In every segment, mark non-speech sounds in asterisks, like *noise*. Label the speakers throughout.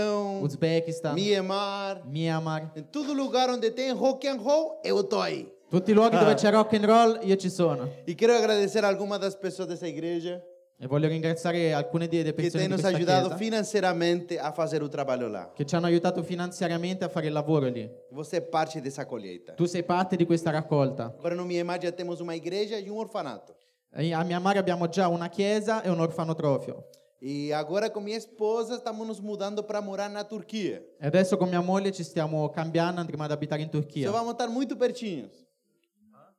Speaker 1: Paquistão,
Speaker 2: Uzbekistan,
Speaker 1: Myanmar,
Speaker 2: Myanmar.
Speaker 1: em todo lugar onde tem rock and roll, eu tô aí.
Speaker 2: Tutti i luoghi
Speaker 1: Ah.
Speaker 2: dove c'è rock and roll, io ci sono.
Speaker 1: E quero agradecer a algumas das pessoas dessa igreja
Speaker 2: E voglio ringraziare alcune delle
Speaker 1: que
Speaker 2: persone
Speaker 1: têm
Speaker 2: di
Speaker 1: nos
Speaker 2: questa
Speaker 1: ajudado
Speaker 2: chiesa
Speaker 1: financeiramente a fazer o trabalho lá.
Speaker 2: che ci hanno aiutato finanziariamente a fare il lavoro lì.
Speaker 1: Você é parte dessa colheita.
Speaker 2: Tu sei parte di questa raccolta.
Speaker 1: Agora no Miemar já temos uma igreja e um orfanato.
Speaker 2: E A Myanmar abbiamo già una chiesa e un orfanotrofio.
Speaker 1: E agora com minha esposa estamos nos mudando para morar na Turquia.
Speaker 2: E adesso con mia moglie ci stiamo cambiando, andremo ad abitare in
Speaker 1: Só
Speaker 2: Turchia.
Speaker 1: Então vamos estar muito pertinhos.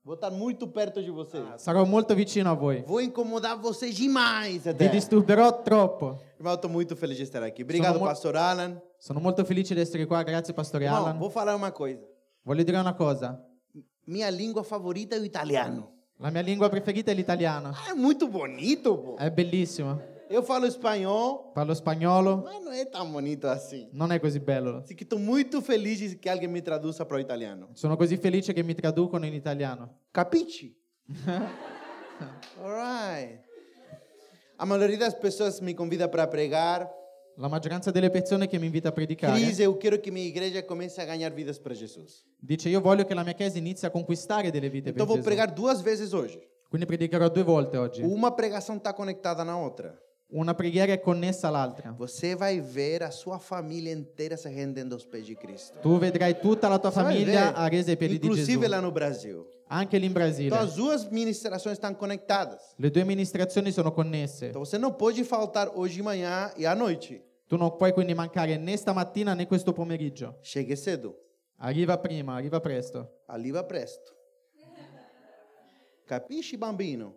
Speaker 1: Vou estar muito perto de vocês.
Speaker 2: Sarò molto vicino a voi.
Speaker 1: Vou incomodar vocês demais até.
Speaker 2: Vi disturberò troppo.
Speaker 1: Irmão, estou muito feliz de estar aqui. Obrigado,
Speaker 2: Sono mo-
Speaker 1: pastor Alan.
Speaker 2: Sono molto felice di essere qua, grazie pastore
Speaker 1: Irmão,
Speaker 2: Alan.
Speaker 1: vou falar uma coisa.
Speaker 2: Voglio dire una cosa.
Speaker 1: Minha língua favorita é o italiano.
Speaker 2: La mia lingua preferita è l'italiano.
Speaker 1: Ah, é muito bonito, pô.
Speaker 2: È bellissima.
Speaker 1: Eu falo espanhol,
Speaker 2: Parlo spagnolo,
Speaker 1: mas não é tão bonito assim.
Speaker 2: non è così bello.
Speaker 1: Assim que estou muito feliz de que alguém me traduza para o italiano.
Speaker 2: Sono così felice che mi traducono in italiano.
Speaker 1: Capiche? *laughs* Alright. A maioria das pessoas me convida para pregar.
Speaker 2: La maggioranza delle persone che mi invita a predicare
Speaker 1: Cris, eu quero que minha igreja comece a ganhar vidas para Jesus.
Speaker 2: dice io voglio che la mia chiesa inizi a conquistare delle vite per
Speaker 1: Então vou
Speaker 2: Gesù.
Speaker 1: pregar duas vezes hoje.
Speaker 2: Quindi predicherò due volte oggi.
Speaker 1: Uma pregação está conectada na outra.
Speaker 2: Una preghiera è connessa all'altra.
Speaker 1: Você vai ver a sua família inteira se rendendo aos pés de Cristo.
Speaker 2: Tu vedrai tutta la tua
Speaker 1: Você vai
Speaker 2: famiglia
Speaker 1: ver,
Speaker 2: a resa ai piedi di Gesù,
Speaker 1: inclusive lá no Brasil.
Speaker 2: anche lì in
Speaker 1: Então
Speaker 2: Brasile.
Speaker 1: as duas ministrações estão conectadas.
Speaker 2: Le due amministrazioni sono connesse.
Speaker 1: Então você não pode faltar hoje de manhã e à noite.
Speaker 2: Tu non puoi quindi mancare né stamattina né questo pomeriggio.
Speaker 1: Chegue cedo.
Speaker 2: Arriva prima, arriva presto.
Speaker 1: Ali vai presto. Capiche, bambino?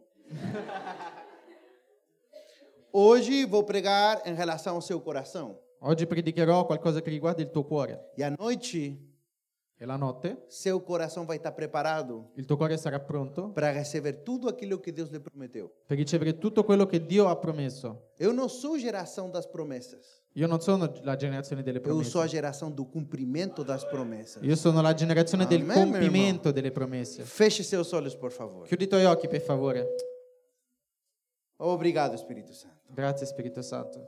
Speaker 1: Hoje vou pregar em relação ao seu coração.
Speaker 2: Oggi predicherò qualcosa che riguarda il tuo cuore.
Speaker 1: E à noite,
Speaker 2: E la notte
Speaker 1: seu coração vai estar preparado
Speaker 2: il tuo cuore sarà pronto
Speaker 1: para receber tudo aquilo que Deus lhe prometeu.
Speaker 2: per ricevere tutto quello che Dio ha promesso.
Speaker 1: Eu não sou geração das promessas.
Speaker 2: Io non sono la generazione delle
Speaker 1: Eu sou a
Speaker 2: promesse.
Speaker 1: geração do cumprimento das promessas.
Speaker 2: Io sono la generazione del
Speaker 1: Amen, mio
Speaker 2: compimento delle promesse.
Speaker 1: Feche seus olhos, por favor.
Speaker 2: Chiudi i tuoi occhi, per favore.
Speaker 1: Obrigado, Espírito Santo.
Speaker 2: Grazie, Spirito Santo.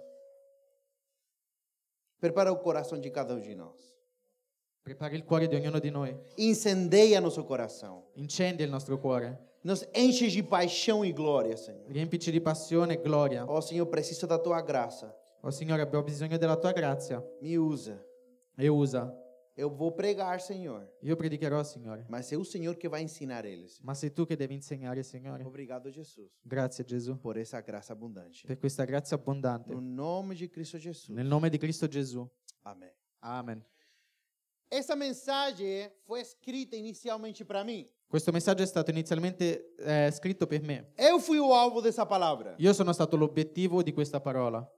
Speaker 1: Prepara o coração de cada um de nós.
Speaker 2: Prepara il cuore di ognuno di noi.
Speaker 1: Incendeia nosso coração.
Speaker 2: Incendi il nostro cuore.
Speaker 1: Nos enche de paixão e glória, Senhor.
Speaker 2: Riempici di passione e gloria.
Speaker 1: Ó Senhor, preciso da tua graça.
Speaker 2: Oh Signore, abbiamo bisogno della tua grazia.
Speaker 1: Me usa.
Speaker 2: E usa.
Speaker 1: Eu vou pregar, Senhor.
Speaker 2: Io predicherò, Signore.
Speaker 1: Mas é o Senhor que vai ensinar eles.
Speaker 2: Ma sei tu che devi insegnare, Signore.
Speaker 1: Obrigado, Jesus,
Speaker 2: Grazie, Gesù,
Speaker 1: por essa graça abundante.
Speaker 2: per questa grazia
Speaker 1: No
Speaker 2: abbondante.
Speaker 1: nome de Cristo Jesus.
Speaker 2: Nel nome di Cristo Gesù.
Speaker 1: Amém.
Speaker 2: Amen.
Speaker 1: Essa mensagem foi escrita inicialmente para mim.
Speaker 2: Questo messaggio è stato inizialmente eh, scritto per me.
Speaker 1: Eu fui o alvo dessa palavra.
Speaker 2: Io sono stato l'obiettivo di questa parola.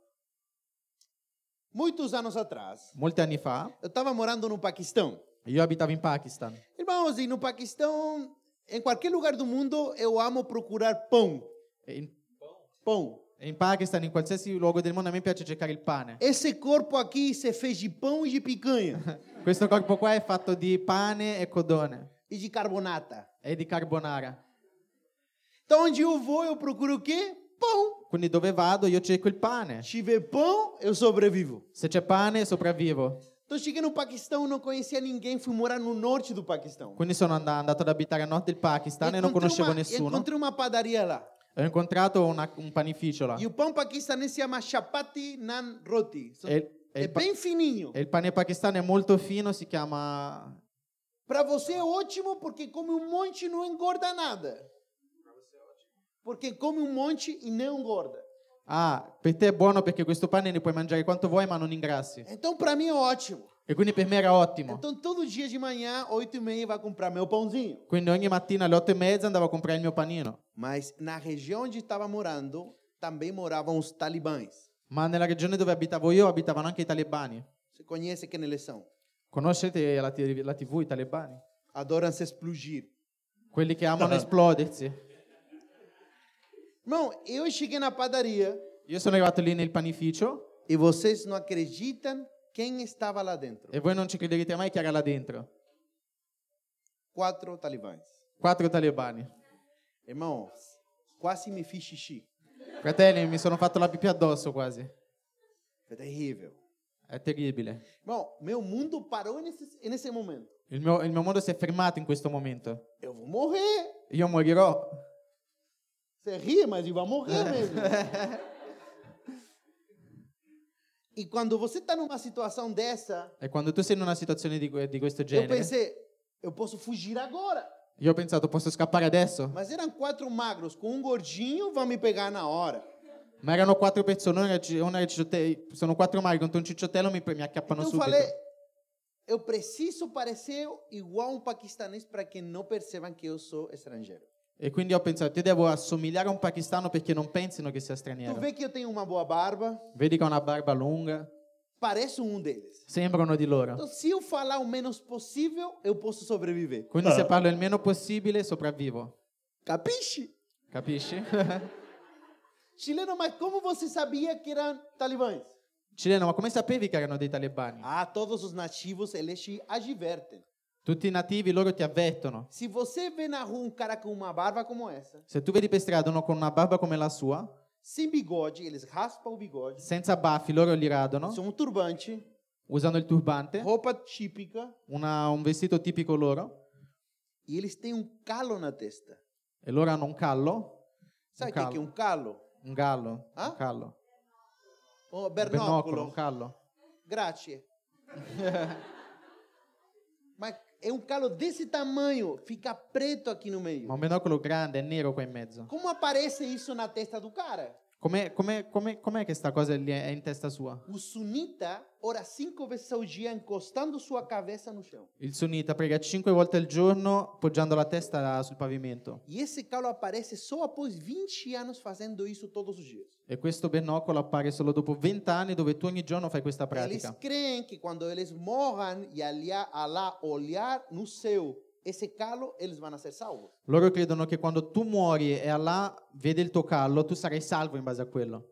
Speaker 1: Muitos anos atrás,
Speaker 2: Molti anni fa,
Speaker 1: eu estava morando no Paquistão.
Speaker 2: io abitavo in Pakistan.
Speaker 1: Irmãos, e no Paquistão, em qualquer lugar do mundo, eu amo procurar pão.
Speaker 2: E in,
Speaker 1: Pão.
Speaker 2: e in Pakistan, in qualsiasi luogo del mondo, a me piace cercare il pane.
Speaker 1: Esse corpo aqui se fez de pão e de picanha
Speaker 2: Questo corpo qua è fatto di pane e codone
Speaker 1: e de carbonata.
Speaker 2: e di carbonara.
Speaker 1: Então, onde eu vou, eu procuro o quê? Pão.
Speaker 2: Quindi dove vado io cerco il pane.
Speaker 1: Se tiver pão, eu sobrevivo.
Speaker 2: Se c'è pane sopravvivo.
Speaker 1: Então, cheguei no Paquistão, não conhecia ninguém, fui morar no norte do Paquistão.
Speaker 2: Quindi sono and- andato ad abitare a nord del Pakistan e non
Speaker 1: Encontrei
Speaker 2: conoscevo
Speaker 1: uma,
Speaker 2: nessuno.
Speaker 1: encontrei uma padaria lá.
Speaker 2: Ho incontrato una- un panificio là.
Speaker 1: E o pão paquistanês se chama chapati nan roti. São-
Speaker 2: E, e
Speaker 1: É
Speaker 2: il pa-
Speaker 1: bem fininho.
Speaker 2: e il pane pakistano è molto fino, si chiama...
Speaker 1: Para você é ótimo porque come um monte e não engorda nada. Porque come um monte e não engorda.
Speaker 2: Ah, per te è buono perché questo pane ne puoi mangiare quanto vuoi ma non ingrassi.
Speaker 1: Então para mim é ótimo.
Speaker 2: E quindi per me era ottimo.
Speaker 1: Então todo dia de manhã, 8 e meia, vai comprar meu pãozinho.
Speaker 2: Quindi ogni mattina alle otto e mezza andavo a comprare il mio panino.
Speaker 1: Mas na região onde estava morando, também moravam os talibãs.
Speaker 2: Ma nella regione dove abitavo io abitavano anche i talebani.
Speaker 1: Você conhece quem eles são?
Speaker 2: Conoscete la, TV la TV, i talebani?
Speaker 1: Adoram se explodir.
Speaker 2: Quelli che amano esplodersi.
Speaker 1: Irmão, eu cheguei na padaria
Speaker 2: Io sono arrivato lì nel panificio
Speaker 1: e vocês não acreditam quem estava lá dentro.
Speaker 2: e voi non ci crederete mai che era là dentro.
Speaker 1: Quatro talibãs.
Speaker 2: Quattro talebani.
Speaker 1: Irmão, quase me fiz xixi.
Speaker 2: Fratelli, mi sono fatto la pipì addosso quasi.
Speaker 1: Foi terrível.
Speaker 2: È terribile.
Speaker 1: Irmão, meu mundo parou nesse, nesse momento.
Speaker 2: Il mio, il mio mondo si è fermato in questo momento.
Speaker 1: Eu vou morrer.
Speaker 2: Io morirò.
Speaker 1: Você ri, mas ele vai morrer mesmo. e quando você está numa situação dessa,
Speaker 2: E quando tu sei in una situazione di, que- di questo
Speaker 1: eu
Speaker 2: genere,
Speaker 1: pensei, eu posso fugir agora.
Speaker 2: io ho pensato posso scappare adesso?
Speaker 1: Mas eram quatro magros, com um gordinho, vão me pegar na hora.
Speaker 2: Ma erano quattro persone, una ci- una cicciotella- sono quattro mari contro un cicciottello, mi, pre- mi acchiappano
Speaker 1: Então eu
Speaker 2: subito.
Speaker 1: falei, eu preciso parecer igual um paquistanês para que não percebam que eu sou estrangeiro.
Speaker 2: E quindi ho pensato, io devo assomigliare a un pakistano perché non pensino che sia straniero.
Speaker 1: Tu vê que eu tenho uma boa barba,
Speaker 2: Vedi che ha una barba lunga,
Speaker 1: pareço um deles.
Speaker 2: sembrano di loro.
Speaker 1: Então, se eu falar o menos possível, eu posso sobreviver. Ah.
Speaker 2: Quindi se parlo il meno possibile sopravvivo.
Speaker 1: Capiche?
Speaker 2: Capisci? *laughs*
Speaker 1: Chileno, mas como você sabia que eram talibãs?
Speaker 2: Cileno, ma come sapevi che erano dei talebani?
Speaker 1: Ah, todos os nativos, eles te advertem.
Speaker 2: Tutti i nativi loro ti avvertono.
Speaker 1: Se você vê na rua um cara com uma barba como essa,
Speaker 2: Se tu vedi per strada uno con una barba come la sua,
Speaker 1: sem bigode, eles raspam o bigode,
Speaker 2: senza baffi loro li radono,
Speaker 1: são um turbante,
Speaker 2: usano il turbante,
Speaker 1: roupa típica,
Speaker 2: una- un vestito tipico loro,
Speaker 1: e eles têm um calo na testa.
Speaker 2: e loro hanno un callo,
Speaker 1: Sabe
Speaker 2: Um
Speaker 1: o que que é
Speaker 2: calo.
Speaker 1: um calo?
Speaker 2: un gallo,
Speaker 1: Ah?
Speaker 2: un callo,
Speaker 1: Um
Speaker 2: un pernocolo, un
Speaker 1: bernóculo.
Speaker 2: callo.
Speaker 1: Grazie. *laughs* Mas é um calo desse tamanho, fica preto aqui no meio.
Speaker 2: Ma un binocolo grande e nero qua in mezzo.
Speaker 1: Como aparece isso na testa do cara?
Speaker 2: Com'è, com'è- com'è- com'è che sta cosa lì è in testa sua?
Speaker 1: O sunita ora cinco vezes ao dia encostando sua cabeça no chão.
Speaker 2: Il sunnita prega cinque volte al giorno poggiando la testa sul pavimento.
Speaker 1: E esse calo aparece só após 20 anos fazendo isso todos os dias.
Speaker 2: E questo binocolo appare solo dopo 20 anni dove tu ogni giorno fai questa
Speaker 1: Eles
Speaker 2: pratica.
Speaker 1: creem que quando eles morram e aliar, Alá olhar no céu esse calo, eles vão ser salvos.
Speaker 2: Loro credono che quando tu muori e Allah vede il tuo callo, tu sarai salvo in base a quello.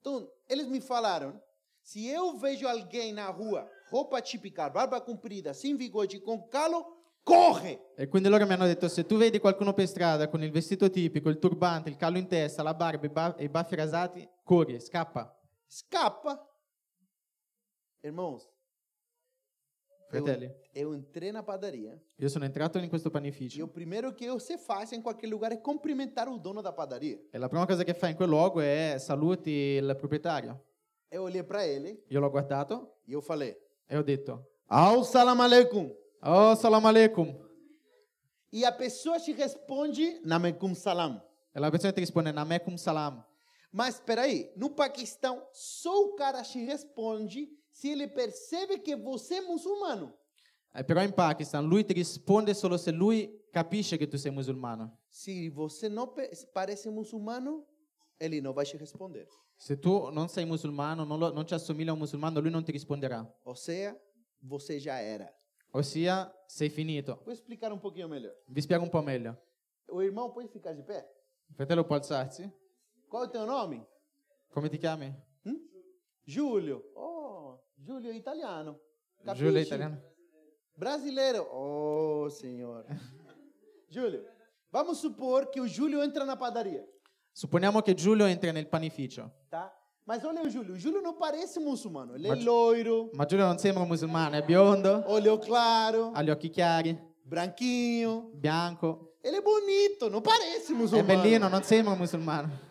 Speaker 1: Então, eles me falaram: se eu vejo alguém na rua, roupa típica, barba comprida, sem bigode, com calo, corre!
Speaker 2: E quindi loro mi hanno detto: se tu vedi qualcuno per strada con il vestito tipico, il turbante, il callo in testa, la barba e i ba- e i baffi rasati, corri, scappa.
Speaker 1: Escapa! Irmãos, eu,
Speaker 2: Fratelli,
Speaker 1: eu entrei na padaria
Speaker 2: io sono entrato in questo
Speaker 1: e o
Speaker 2: panificio
Speaker 1: primeiro que você faz em qualquer lugar é cumprimentar o dono da padaria.
Speaker 2: e la prima cosa che fai in quel luogo è saluti il proprietario.
Speaker 1: Eu olhei para ele
Speaker 2: Io l'ho guardato
Speaker 1: e eu falei:
Speaker 2: e ho detto:
Speaker 1: Al salam alaikum!
Speaker 2: Oh, salam alaikum.
Speaker 1: E a pessoa te responde: Namekum salam.
Speaker 2: E la persona ti risponde: Namekum salam.
Speaker 1: Mas espera aí, no Paquistão só o cara te responde se ele percebe que você é muçulmano.
Speaker 2: Eh, però in Pakistan lui ti risponde solo se lui capisce che tu sei musulmano.
Speaker 1: Se você não pe- parece muçulmano, ele não vai te responder.
Speaker 2: Se tu non sei musulmano, non, lo- non ci assomigli a un musulmano, lui non ti risponderà.
Speaker 1: Ou seja, você já era.
Speaker 2: Ossia, sei finito.
Speaker 1: Vou explicar um pouquinho melhor.
Speaker 2: Vi spiego un po' meglio.
Speaker 1: O irmão pode ficar de pé?
Speaker 2: Il fratello può alzarsi?
Speaker 1: Qual é o teu nome? Hum?
Speaker 2: Come ti chiami?
Speaker 1: Júlio. Oh, Júlio é italiano. Capisci?
Speaker 2: Giulio è italiano.
Speaker 1: Brasileiro. Oh, senhor. Júlio, vamos supor que o Júlio entra na padaria,
Speaker 2: Supponiamo che Giulio entra nel panificio,
Speaker 1: tá? Mas olha o Júlio. O Júlio não parece muçulmano. Ele é
Speaker 2: Mas-
Speaker 1: loiro,
Speaker 2: ma Giulio non sembra un musulmano, è biondo,
Speaker 1: olho claro,
Speaker 2: ha gli occhi chiari,
Speaker 1: branquinho.
Speaker 2: bianco,
Speaker 1: Ele é bonito, não parece
Speaker 2: è
Speaker 1: muçulmano.
Speaker 2: bellino, non sembra un musulmano.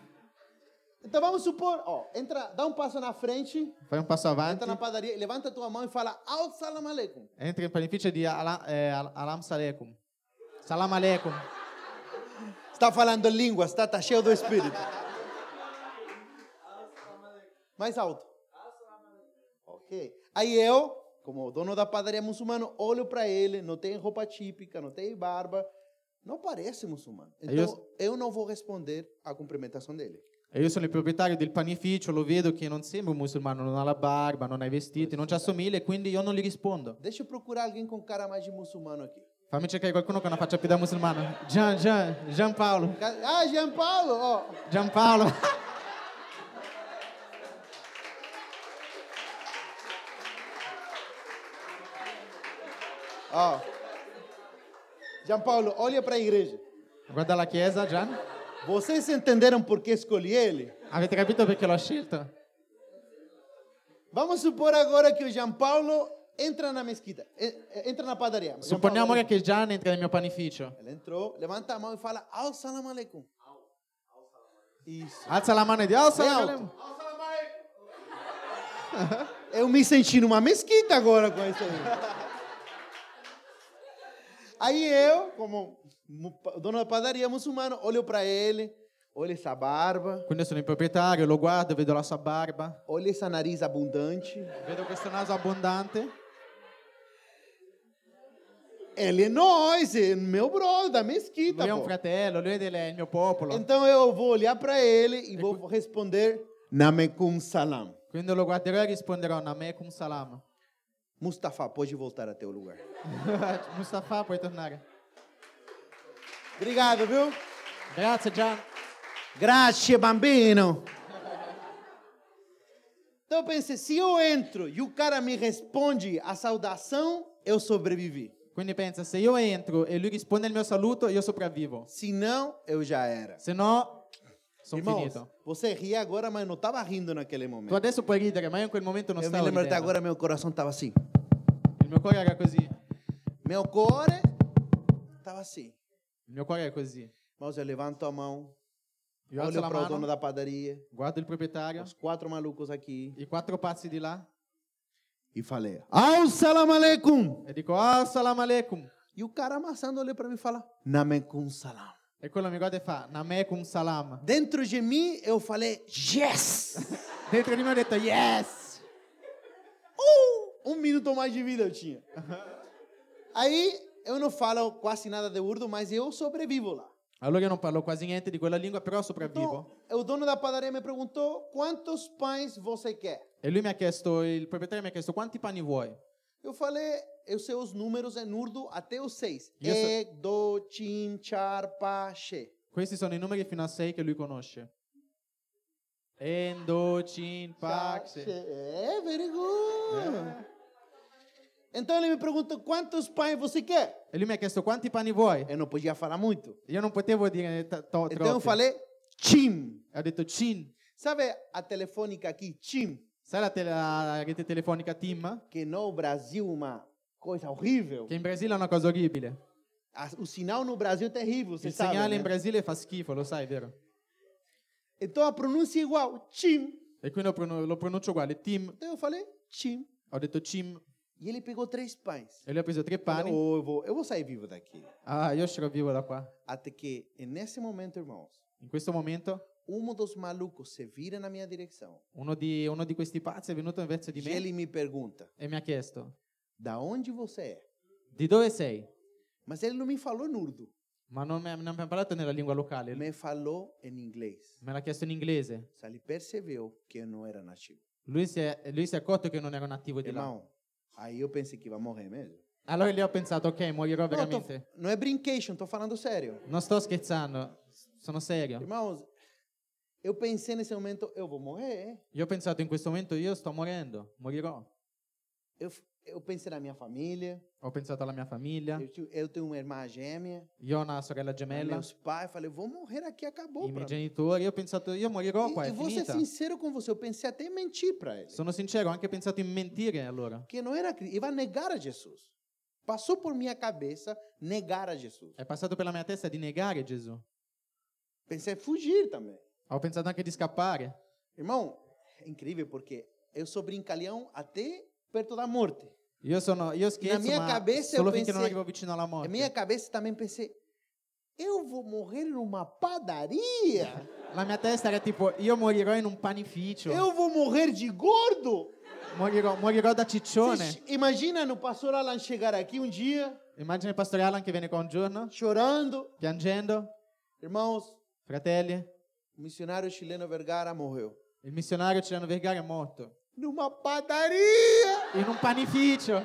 Speaker 1: Então vamos supor, ó, entra, dá um passo na frente,
Speaker 2: Fai un passo avanti,
Speaker 1: entra na padaria, levanta tua mão e fala Al salam alaikum.
Speaker 2: entri nel panificio di Ala- eh, Al- Alam Saleikum. Salam Aleikum.
Speaker 1: Está falando línguas, tá? Tá cheio do espírito. Mais alto. Ok. Aí eu, como dono da padaria muçulmano, olho para ele, não tem roupa típica, não tem barba, não parece muçulmano.
Speaker 2: Aí
Speaker 1: Então eu não vou responder à cumprimentação dele.
Speaker 2: E io sono il proprietario del panificio, lo vedo che non sembra un musulmano, non ha la barba, non ha i vestiti, non ci assomiglia, e quindi io non gli rispondo.
Speaker 1: Deixa eu procurar alguém com cara mais de muçulmano aqui.
Speaker 2: Fammi cercare qualcuno con una faccia più da musulmano. Gian, Gian, Giampaolo,
Speaker 1: Ca- Ah, Jean Paulo, ó.
Speaker 2: Giampaolo.
Speaker 1: Ó. Jean Paulo, olha para a igreja.
Speaker 2: *laughs* Guarda la chiesa, Gian.
Speaker 1: Vocês entenderam por que escolhi ele?
Speaker 2: Avete capito perché l'ho scelto?
Speaker 1: Vamos supor agora que o Jean Paulo entra na mesquita, en- entra na padaria. Jean
Speaker 2: Supponiamo
Speaker 1: Paulo,
Speaker 2: ora che Gian entra nel mio panificio.
Speaker 1: Ele entrou, levanta a mão e fala, Al salam alaikum. Isso.
Speaker 2: Alza la mano e di alza
Speaker 1: Bem
Speaker 2: la
Speaker 1: alto.
Speaker 2: mano.
Speaker 1: Eu me senti numa mesquita agora com isso aí. *laughs* Aí eu, como mu- pa- dono da padaria muçulmano, olho para ele, olho essa barba,
Speaker 2: Quindi io sono il proprietario, lo guardo, vedo la sua barba,
Speaker 1: olho esse nariz abundante.
Speaker 2: vedo questo naso abbondante.
Speaker 1: Ele é nós, é meu brother da mesquita.
Speaker 2: Lui è un
Speaker 1: pô.
Speaker 2: fratello, lui è il mio popolo.
Speaker 1: Então eu vou olhar para ele e vou responder Namekum Salam.
Speaker 2: Quindi lo guarderò e risponderò Namekum Salam. *laughs*
Speaker 1: Mustafa, pode voltar a teu lugar.
Speaker 2: Mustafa, puoi tornare.
Speaker 1: Obrigado, viu?
Speaker 2: Grazie Gian.
Speaker 1: Grazie, bambino. Então eu pensei, se eu entro e o cara me responde a saudação, eu sobrevivi.
Speaker 2: Quindi pensa, se io entro e lui risponde al mio saluto, io sopravvivo.
Speaker 1: Se não, eu já era.
Speaker 2: Se no, sono
Speaker 1: Irmãos,
Speaker 2: finito.
Speaker 1: você ri agora, mas não estava rindo naquele
Speaker 2: Tu
Speaker 1: momento.
Speaker 2: adesso puoi ridere, ma io in quel momento non
Speaker 1: Eu me
Speaker 2: stavo
Speaker 1: lembro até
Speaker 2: ridendo.
Speaker 1: agora, meu coração estava assim.
Speaker 2: Il mio cuore era così. Il
Speaker 1: Meu core estava assim.
Speaker 2: mio cuore era così.
Speaker 1: Mas eu levanto a mão,
Speaker 2: Io alzo
Speaker 1: olho
Speaker 2: la
Speaker 1: para o dono
Speaker 2: mano,
Speaker 1: da padaria,
Speaker 2: guardo il proprietario,
Speaker 1: os quatro malucos aqui
Speaker 2: i quattro pazzi di là
Speaker 1: e falei: Al salam alaikum!
Speaker 2: e dico "Oh, Assalamu alaikum.
Speaker 1: E o cara amassando olhou para mim e fala: Namekum salam.
Speaker 2: E quello mi guarda e fa Namekum Salam.
Speaker 1: Dentro de mim eu falei: *laughs* Yes!
Speaker 2: Dentro di me ho detto yes!
Speaker 1: Uh! Um minuto mais de vida eu tinha. *laughs* Aí eu não falo quase nada de urdo, mas eu sobrevivo lá.
Speaker 2: Allora io non parlo quasi niente di quella lingua, però sopravvivo.
Speaker 1: Então, o dono da padaria me perguntou: Quantos pães você quer?
Speaker 2: E lui mi ha chiesto, il proprietario mi ha chiesto quanti pani vuoi?
Speaker 1: Eu falei, eu sei os números em urdo até os seis.
Speaker 2: E essa-
Speaker 1: Ek, do, chin, char, pa, she.
Speaker 2: Questi sono i numeri fino a 6 che lui conosce. Endo, Cin, Pax.
Speaker 1: É, very good. Então ele me perguntou quantos pães você quer.
Speaker 2: E lui mi ha chiesto quanti pani vuoi?
Speaker 1: Eu não podia falar muito.
Speaker 2: Io non potevo dire t-
Speaker 1: Então
Speaker 2: to-
Speaker 1: eu
Speaker 2: troppi.
Speaker 1: falei chim.
Speaker 2: E ho detto Cin.
Speaker 1: Sabe a telefônica aqui, chim?
Speaker 2: Sai la, te- la rete telefonica TIM?
Speaker 1: Que no Brasil é uma coisa horrível.
Speaker 2: Che in Brasile è una cosa orribile.
Speaker 1: A- O sinal no Brasil é terrível, você
Speaker 2: Il
Speaker 1: sabe.
Speaker 2: segnale
Speaker 1: né?
Speaker 2: in Brasile fa schifo, lo sai, vero?
Speaker 1: Então a pronúncia é igual, chim.
Speaker 2: E quindi lo, pronun- lo pronuncio uguale. TIM.
Speaker 1: Então eu falei chim.
Speaker 2: Ho detto Cim.
Speaker 1: E ele pegou três pães.
Speaker 2: E lui ha preso tre
Speaker 1: Falei,
Speaker 2: pani.
Speaker 1: "Ô, eu, vou, eu vou sair vivo daqui.
Speaker 2: Ah, io uscirò vivo da qua.
Speaker 1: Até que, nesse momento, irmãos,
Speaker 2: In questo momento
Speaker 1: um dos malucos se vira na minha direção.
Speaker 2: uno di, uno di questi pazzi è venuto verso di
Speaker 1: E
Speaker 2: me
Speaker 1: ele me pergunta,
Speaker 2: e mi ha chiesto
Speaker 1: da onde você é?
Speaker 2: di dove sei?
Speaker 1: Mas ele não me falou em urdo.
Speaker 2: Ma non mi, non mi ha parlato nella lingua locale,
Speaker 1: Ele me falou em inglês.
Speaker 2: me l'ha chiesto in inglese.
Speaker 1: Só Ele percebeu que eu não era nativo.
Speaker 2: Lui si, è, lui si è accorto che non ero nativo
Speaker 1: Eh,
Speaker 2: di là.
Speaker 1: Irmão, aí eu pensei que vai morrer mesmo.
Speaker 2: Allora lì ho pensato, ok, morirò
Speaker 1: Não, tô-
Speaker 2: veramente.
Speaker 1: não é brincation, tô falando sério.
Speaker 2: Non sto scherzando, s- sono serio.
Speaker 1: Irmãos, eu pensei nesse momento, eu vou morrer.
Speaker 2: Io ho pensato in questo momento io sto morendo, morirò.
Speaker 1: Eu, f- eu pensei na minha família.
Speaker 2: Ho pensato alla mia famiglia,
Speaker 1: Eu, ti- eu tenho uma irmã gêmea. né,
Speaker 2: io ho una sorella gemella,
Speaker 1: Meus pais, falei, vou morrer aqui, acabou.
Speaker 2: i
Speaker 1: pra
Speaker 2: miei
Speaker 1: mim.
Speaker 2: genitori, io ho pensato io morirò qua,
Speaker 1: E, e
Speaker 2: è
Speaker 1: vou ser
Speaker 2: é? finita.
Speaker 1: sincero com você, eu pensei até em mentir para ele.
Speaker 2: Sono sincero, ho anche pensato in mentire allora.
Speaker 1: Que não era cristão, e vai negar a Jesus. Passou por minha cabeça negar a Jesus.
Speaker 2: È passato per la mia testa di negare Gesù.
Speaker 1: Pensei em fugir também.
Speaker 2: Ho pensato anche di scappare.
Speaker 1: Irmão, é incrível porque eu sou brincalhão até perto da morte.
Speaker 2: Io sono io scherzo,
Speaker 1: mia
Speaker 2: ma
Speaker 1: cabeza io
Speaker 2: solo finché non
Speaker 1: pensei-
Speaker 2: arrivo vicino alla
Speaker 1: Na
Speaker 2: morte.
Speaker 1: minha cabeça também pensei, eu vou morrer numa padaria.
Speaker 2: La mia testa era tipo, io morirò in un panificio,
Speaker 1: Eu vou morrer de gordo.
Speaker 2: morirò, morirò da
Speaker 1: Vocês
Speaker 2: ciccione.
Speaker 1: imagina no pastor Alan chegar aqui um dia
Speaker 2: Immagina il pastore Alan che viene qua un giorno,
Speaker 1: chorando.
Speaker 2: piangendo,
Speaker 1: Irmãos,
Speaker 2: fratelli,
Speaker 1: o missionário chileno Vergara morreu.
Speaker 2: il missionario Cilano Vergara è morto.
Speaker 1: Numa padaria.
Speaker 2: In un panificio.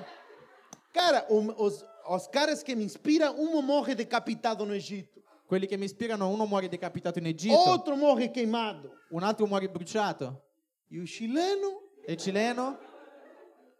Speaker 1: Cara, o- os, os caras que me inspiram, um morre decapitado no Egito,
Speaker 2: Quelli che mi ispirano, uno muore decapitato in Egitto,
Speaker 1: outro morre queimado.
Speaker 2: un altro muore bruciato.
Speaker 1: E o chileno
Speaker 2: E il cileno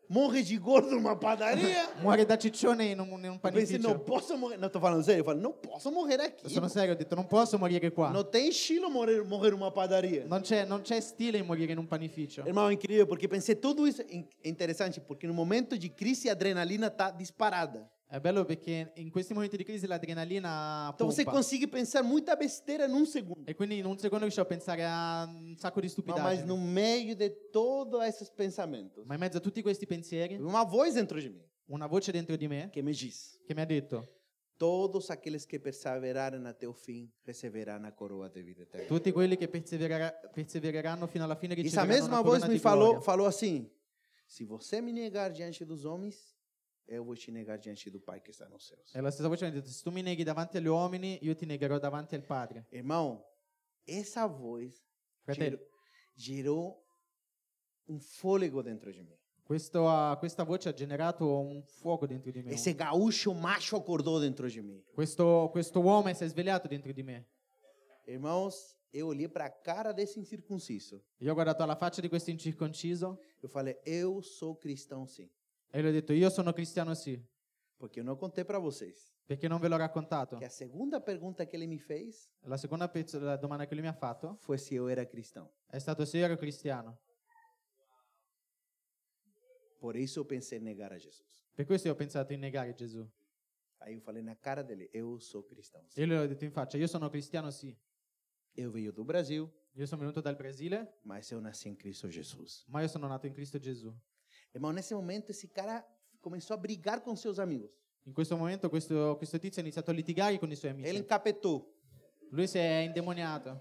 Speaker 1: morre de gordo numa padaria.
Speaker 2: Muore da ciccione in un, in
Speaker 1: *laughs*
Speaker 2: un
Speaker 1: Eu pensei, não
Speaker 2: panificio.
Speaker 1: posso morrer. Não, tô falando sério. Eu falo, não é posso morrer aqui.
Speaker 2: Io Sono serio, ho detto non posso morire qua.
Speaker 1: Não tem estilo morrer, morrer numa padaria.
Speaker 2: Non c'è, non c'è stile in morire in un panificio.
Speaker 1: Irmão, é incrível, porque pensei tudo isso. in- É interessante, porque no momento de crise a adrenalina tá disparada.
Speaker 2: È bello perché in questi momenti di crisi l'adrenalina
Speaker 1: Então você
Speaker 2: pompa.
Speaker 1: consegue pensar muita besteira num segundo.
Speaker 2: E quindi in un secondo riuscivo a pensare a un sacco di
Speaker 1: Não, mas
Speaker 2: stupidaggini.
Speaker 1: no meio de todos esses pensamentos,
Speaker 2: Ma in mezzo a tutti questi pensieri,
Speaker 1: uma voz dentro de mim
Speaker 2: una voce dentro di me
Speaker 1: que me diz:
Speaker 2: che mi ha detto
Speaker 1: Todos aqueles que perseverarem até o fim receberão a coroa de vida eterna.
Speaker 2: tutti quelli che persevererà- persevereranno fino alla fine
Speaker 1: Essa
Speaker 2: riceveranno una
Speaker 1: mesma voz
Speaker 2: corona
Speaker 1: me
Speaker 2: di
Speaker 1: falou,
Speaker 2: gloria.
Speaker 1: falou assim: Se você me negar diante dos homens, eu vou te negar diante do Pai que está nos céus.
Speaker 2: E la stessa voce mi ha detto, se tu mi neghi davanti agli uomini, io ti negherò davanti al Padre.
Speaker 1: Irmão, essa voz
Speaker 2: Fratello,
Speaker 1: gerou, gerou um fôlego dentro de mim.
Speaker 2: questo ha- questa voce ha generato un fuoco dentro di me.
Speaker 1: Esse gaúcho macho acordou dentro de mim.
Speaker 2: Questo, questo uomo si è svegliato dentro di me.
Speaker 1: Irmãos, eu olhei para a cara desse incircunciso.
Speaker 2: Io ho guardato alla faccia di questo incirconciso
Speaker 1: Eu falei, eu sou cristão sim.
Speaker 2: e gli ho detto, io sono cristiano sì,
Speaker 1: Porque eu não contei para vocês
Speaker 2: perché non ve l'ho raccontato.
Speaker 1: que a segunda pergunta que ele me fez
Speaker 2: La seconda pezzo- la domanda che lui mi ha fatto
Speaker 1: foi se eu era cristão.
Speaker 2: è stato se io ero cristiano.
Speaker 1: Por isso eu pensei em negar a Jesus.
Speaker 2: Per questo io ho pensato in negare Gesù.
Speaker 1: Aí eu falei na cara dele, eu sou cristão sim.
Speaker 2: Io gli ho detto in faccia, io sono cristiano sì,
Speaker 1: Eu venho do Brasil,
Speaker 2: io sono venuto dal Brasile,
Speaker 1: mas eu nasci em Cristo Jesus.
Speaker 2: ma io sono nato in Cristo Gesù.
Speaker 1: Irmão, nesse momento esse cara começou a brigar com seus amigos.
Speaker 2: In questo momento questo, questo tizio ha iniziato a litigare con i suoi
Speaker 1: Ele
Speaker 2: amici.
Speaker 1: encapetou.
Speaker 2: Lui si è indemoniato.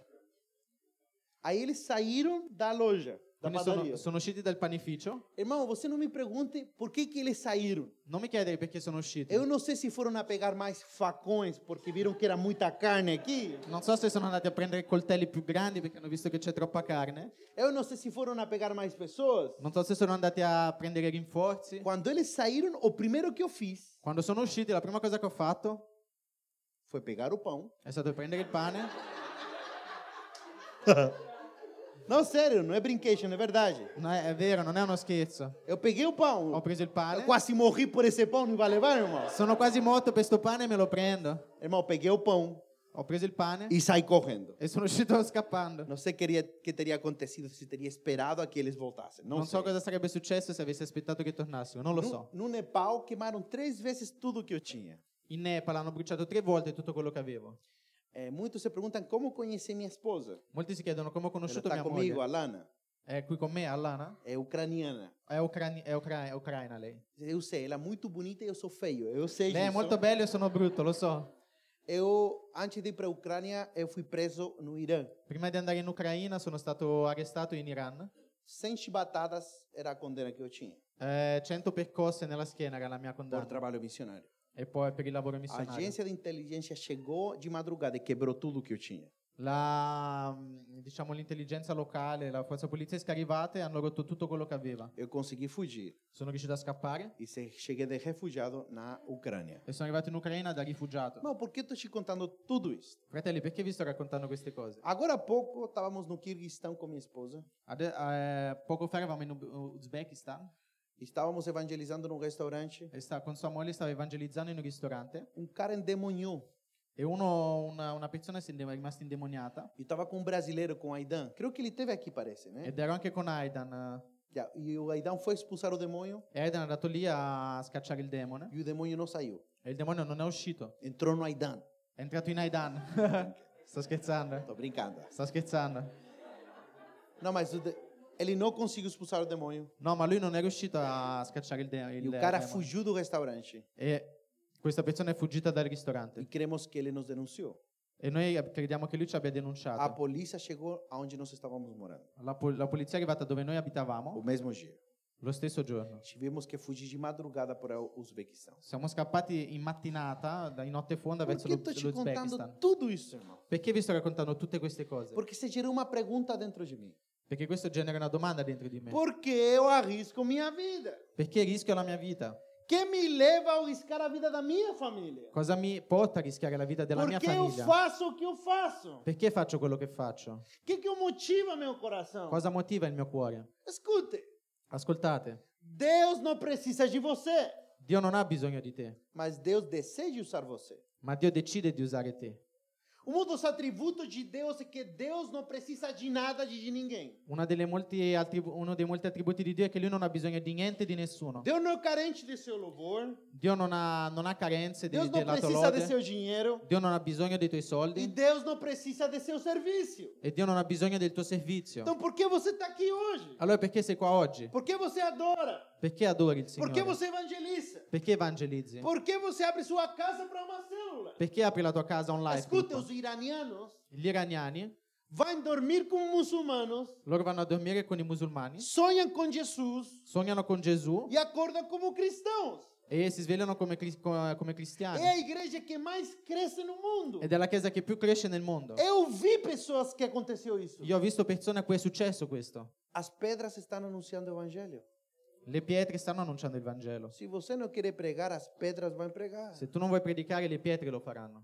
Speaker 1: Aí eles saíram da loja, da
Speaker 2: Quindi
Speaker 1: padaria.
Speaker 2: sono, sono usciti dal panificio.
Speaker 1: Irmão, você não me pergunte por que, que eles saíram.
Speaker 2: Non mi chiedere perché sono usciti.
Speaker 1: Eu não sei se foram a pegar mais facões, porque viram que era muita carne aqui.
Speaker 2: Non so se sono andati a prendere coltelli più grandi perché hanno visto che c'è troppa carne.
Speaker 1: Eu não sei se foram a pegar mais pessoas.
Speaker 2: Non so se sono andati a prendere rinforzi.
Speaker 1: Quando eles saíram, o primeiro que eu fiz
Speaker 2: Quando sono usciti, la prima cosa che ho fatto
Speaker 1: foi pegar o pão.
Speaker 2: è stato prendere il pane.
Speaker 1: Não, sério, não é brinquedo, é verdade.
Speaker 2: No, è, è vero, non è uno scherzo.
Speaker 1: Eu peguei o
Speaker 2: Ho
Speaker 1: pão.
Speaker 2: preso il
Speaker 1: Eu
Speaker 2: pane.
Speaker 1: quase morri por esse pão, não vai levar, irmão?
Speaker 2: Sono quasi morto per sto pane e me lo prendo.
Speaker 1: Irmão, eu peguei o pão
Speaker 2: Ho preso il pane
Speaker 1: e saí correndo.
Speaker 2: e sono *laughs* uscito scappando.
Speaker 1: Não sei o que teria acontecido se teria esperado a que eles voltassem. Não,
Speaker 2: Non
Speaker 1: sei.
Speaker 2: so cosa sarebbe successo se avessi aspettato che tornassero, non lo
Speaker 1: No,
Speaker 2: so.
Speaker 1: no Nepal queimaram três vezes tudo que eu tinha.
Speaker 2: In Nepal hanno bruciato tre volte tutto quello che avevo.
Speaker 1: É, muitos se perguntam como conheci minha esposa.
Speaker 2: Molti si chiedono come ho
Speaker 1: Ela
Speaker 2: conosciuto
Speaker 1: está
Speaker 2: mia
Speaker 1: comigo,
Speaker 2: moglie.
Speaker 1: Alana.
Speaker 2: È qui con me, Alana?
Speaker 1: É ucraniana.
Speaker 2: È, ucrani- è ucra- è ucraina lei.
Speaker 1: Eu sei, ela é muito bonita e eu sou feio. Eu sei
Speaker 2: Lei è
Speaker 1: disso.
Speaker 2: molto bella e sono brutto, lo so.
Speaker 1: Eu, antes de ir para a Ucrânia, eu fui preso no Irã.
Speaker 2: Prima di andare in Ucraina sono stato arrestato in Iran.
Speaker 1: 100 chibatadas era a condena que eu tinha
Speaker 2: Eh, 100 percosse nella schiena era la mia
Speaker 1: por
Speaker 2: condanna.
Speaker 1: trabalho missionário.
Speaker 2: E poi per il lavoro
Speaker 1: A
Speaker 2: missionario.
Speaker 1: agência de inteligência chegou de madrugada e quebrou tudo que eu tinha.
Speaker 2: La, mm, diciamo, l'intelligenza locale, la forza poliziesca è arrivata e hanno rotto tutto quello che aveva.
Speaker 1: Eu consegui fugir
Speaker 2: Sono riuscito a scappare
Speaker 1: e se- cheguei de refugiado na Ucrânia.
Speaker 2: e sono arrivato in Ucraina da rifugiato.
Speaker 1: Mas por que eu estou te contando tudo isso?
Speaker 2: Fratelli, perché vi sto raccontando queste cose?
Speaker 1: Agora há pouco estávamos no Kirguistão com minha esposa.
Speaker 2: Ade- eh, poco fa eravamo in Uz- Uzbekistan
Speaker 1: Estávamos evangelizando num restaurante.
Speaker 2: e sta- con sua moglie stava evangelizzando in un ristorante
Speaker 1: Um cara endemoniou
Speaker 2: e uno, una, una persona si è indem- rimasta indemoniata
Speaker 1: e estava com um brasileiro, com o Aidan. Creio que ele teve aqui, parece, né?
Speaker 2: ed ero anche con Aidan.
Speaker 1: Já, E o Aidan foi expulsar o demônio
Speaker 2: E Aidan è andato lì a scacciare il demone
Speaker 1: e o demônio não saiu.
Speaker 2: e il demonio non è uscito,
Speaker 1: Entrou no Aidan.
Speaker 2: è entrato
Speaker 1: *laughs*
Speaker 2: in Aidan. sto scherzando,
Speaker 1: Tô brincando.
Speaker 2: sto scherzando.
Speaker 1: Não, mas o de- ele não conseguiu expulsar o demônio.
Speaker 2: No, ma lui non è riuscito a scacciare il, de-
Speaker 1: E
Speaker 2: il
Speaker 1: o cara
Speaker 2: demone.
Speaker 1: fugiu do restaurante.
Speaker 2: E questa persona è fuggita dal
Speaker 1: E
Speaker 2: ristorante
Speaker 1: cremos que ele nos denunciou.
Speaker 2: e noi crediamo che lui ci abbia
Speaker 1: A
Speaker 2: denunciato.
Speaker 1: polícia chegou aonde nós estávamos morando.
Speaker 2: La, pol- la polizia è arrivata dove noi
Speaker 1: O
Speaker 2: abitavamo
Speaker 1: mesmo dia.
Speaker 2: lo stesso giorno.
Speaker 1: Tivemos que fugir de madrugada para o Uzbequistão.
Speaker 2: Siamo scappati in mattinata, da- in notte fonda,
Speaker 1: Por
Speaker 2: verso
Speaker 1: que eu tô
Speaker 2: l'Uz-
Speaker 1: te
Speaker 2: l'Uzbekistan.
Speaker 1: contando tudo isso, irmão?
Speaker 2: Perché vi sto raccontando tutte queste cose?
Speaker 1: Porque você gerou uma pergunta dentro de mim.
Speaker 2: Perché questo genera una domanda dentro di me.
Speaker 1: Por que eu arrisco minha vida?
Speaker 2: Perché rischio la mia vita?
Speaker 1: Que me leva a arriscar a vida da minha família?
Speaker 2: Cosa mi porta a rischiare la vita della mia
Speaker 1: Porque eu
Speaker 2: famiglia?
Speaker 1: faço o que eu faço? O
Speaker 2: Perché faccio quello che faccio?
Speaker 1: que, que eu motiva meu coração?
Speaker 2: Cosa motiva il mio cuore?
Speaker 1: Escute,
Speaker 2: Ascoltate,
Speaker 1: Deus não precisa de você,
Speaker 2: Dio non ha bisogno di te,
Speaker 1: mas Deus deseja usar você.
Speaker 2: ma Dio decide di usare te.
Speaker 1: Um dos atributos de Deus é que Deus não precisa de nada de de ninguém.
Speaker 2: Una delle molti attribu- uno dei molti attributi di Dio è che lui non ha bisogno di niente e di nessuno.
Speaker 1: Deus não é carente de seu louvor.
Speaker 2: Dio non ha, non ha carenze di,
Speaker 1: Deus não
Speaker 2: della tua
Speaker 1: precisa de
Speaker 2: lode.
Speaker 1: seu dinheiro.
Speaker 2: Dio non ha bisogno dei tuoi
Speaker 1: E
Speaker 2: soldi
Speaker 1: Deus não precisa de seu serviço.
Speaker 2: e Dio non ha bisogno del tuo servizio.
Speaker 1: Então por que você está aqui hoje?
Speaker 2: Allora perché sei qua oggi?
Speaker 1: Por que você adora?
Speaker 2: Perché adori il
Speaker 1: Por que
Speaker 2: Signore?
Speaker 1: você evangeliza?
Speaker 2: Perché evangelizzi?
Speaker 1: Por que você abre sua casa para uma célula?
Speaker 2: Perché apri la tua casa online?
Speaker 1: Escuta, os iranianos
Speaker 2: Gli iraniani,
Speaker 1: vão dormir com muçulmanos,
Speaker 2: loro vanno a dormire con i musulmani,
Speaker 1: sonham com Jesus
Speaker 2: sognano con Gesù
Speaker 1: e acordam como cristãos.
Speaker 2: e si svegliano come, cri- co-
Speaker 1: É
Speaker 2: come
Speaker 1: a
Speaker 2: cristiani.
Speaker 1: igreja que mais cresce no mundo.
Speaker 2: Ed è la chiesa che più cresce nel mondo.
Speaker 1: Eu vi pessoas que aconteceu isso.
Speaker 2: Io ho visto persone a cui è successo questo.
Speaker 1: As pedras estão anunciando o evangelho.
Speaker 2: Le pietre stanno annunciando il Vangelo.
Speaker 1: Se você não querer pregar, as pedras vão pregar.
Speaker 2: Se tu non vuoi predicare, le pietre lo faranno.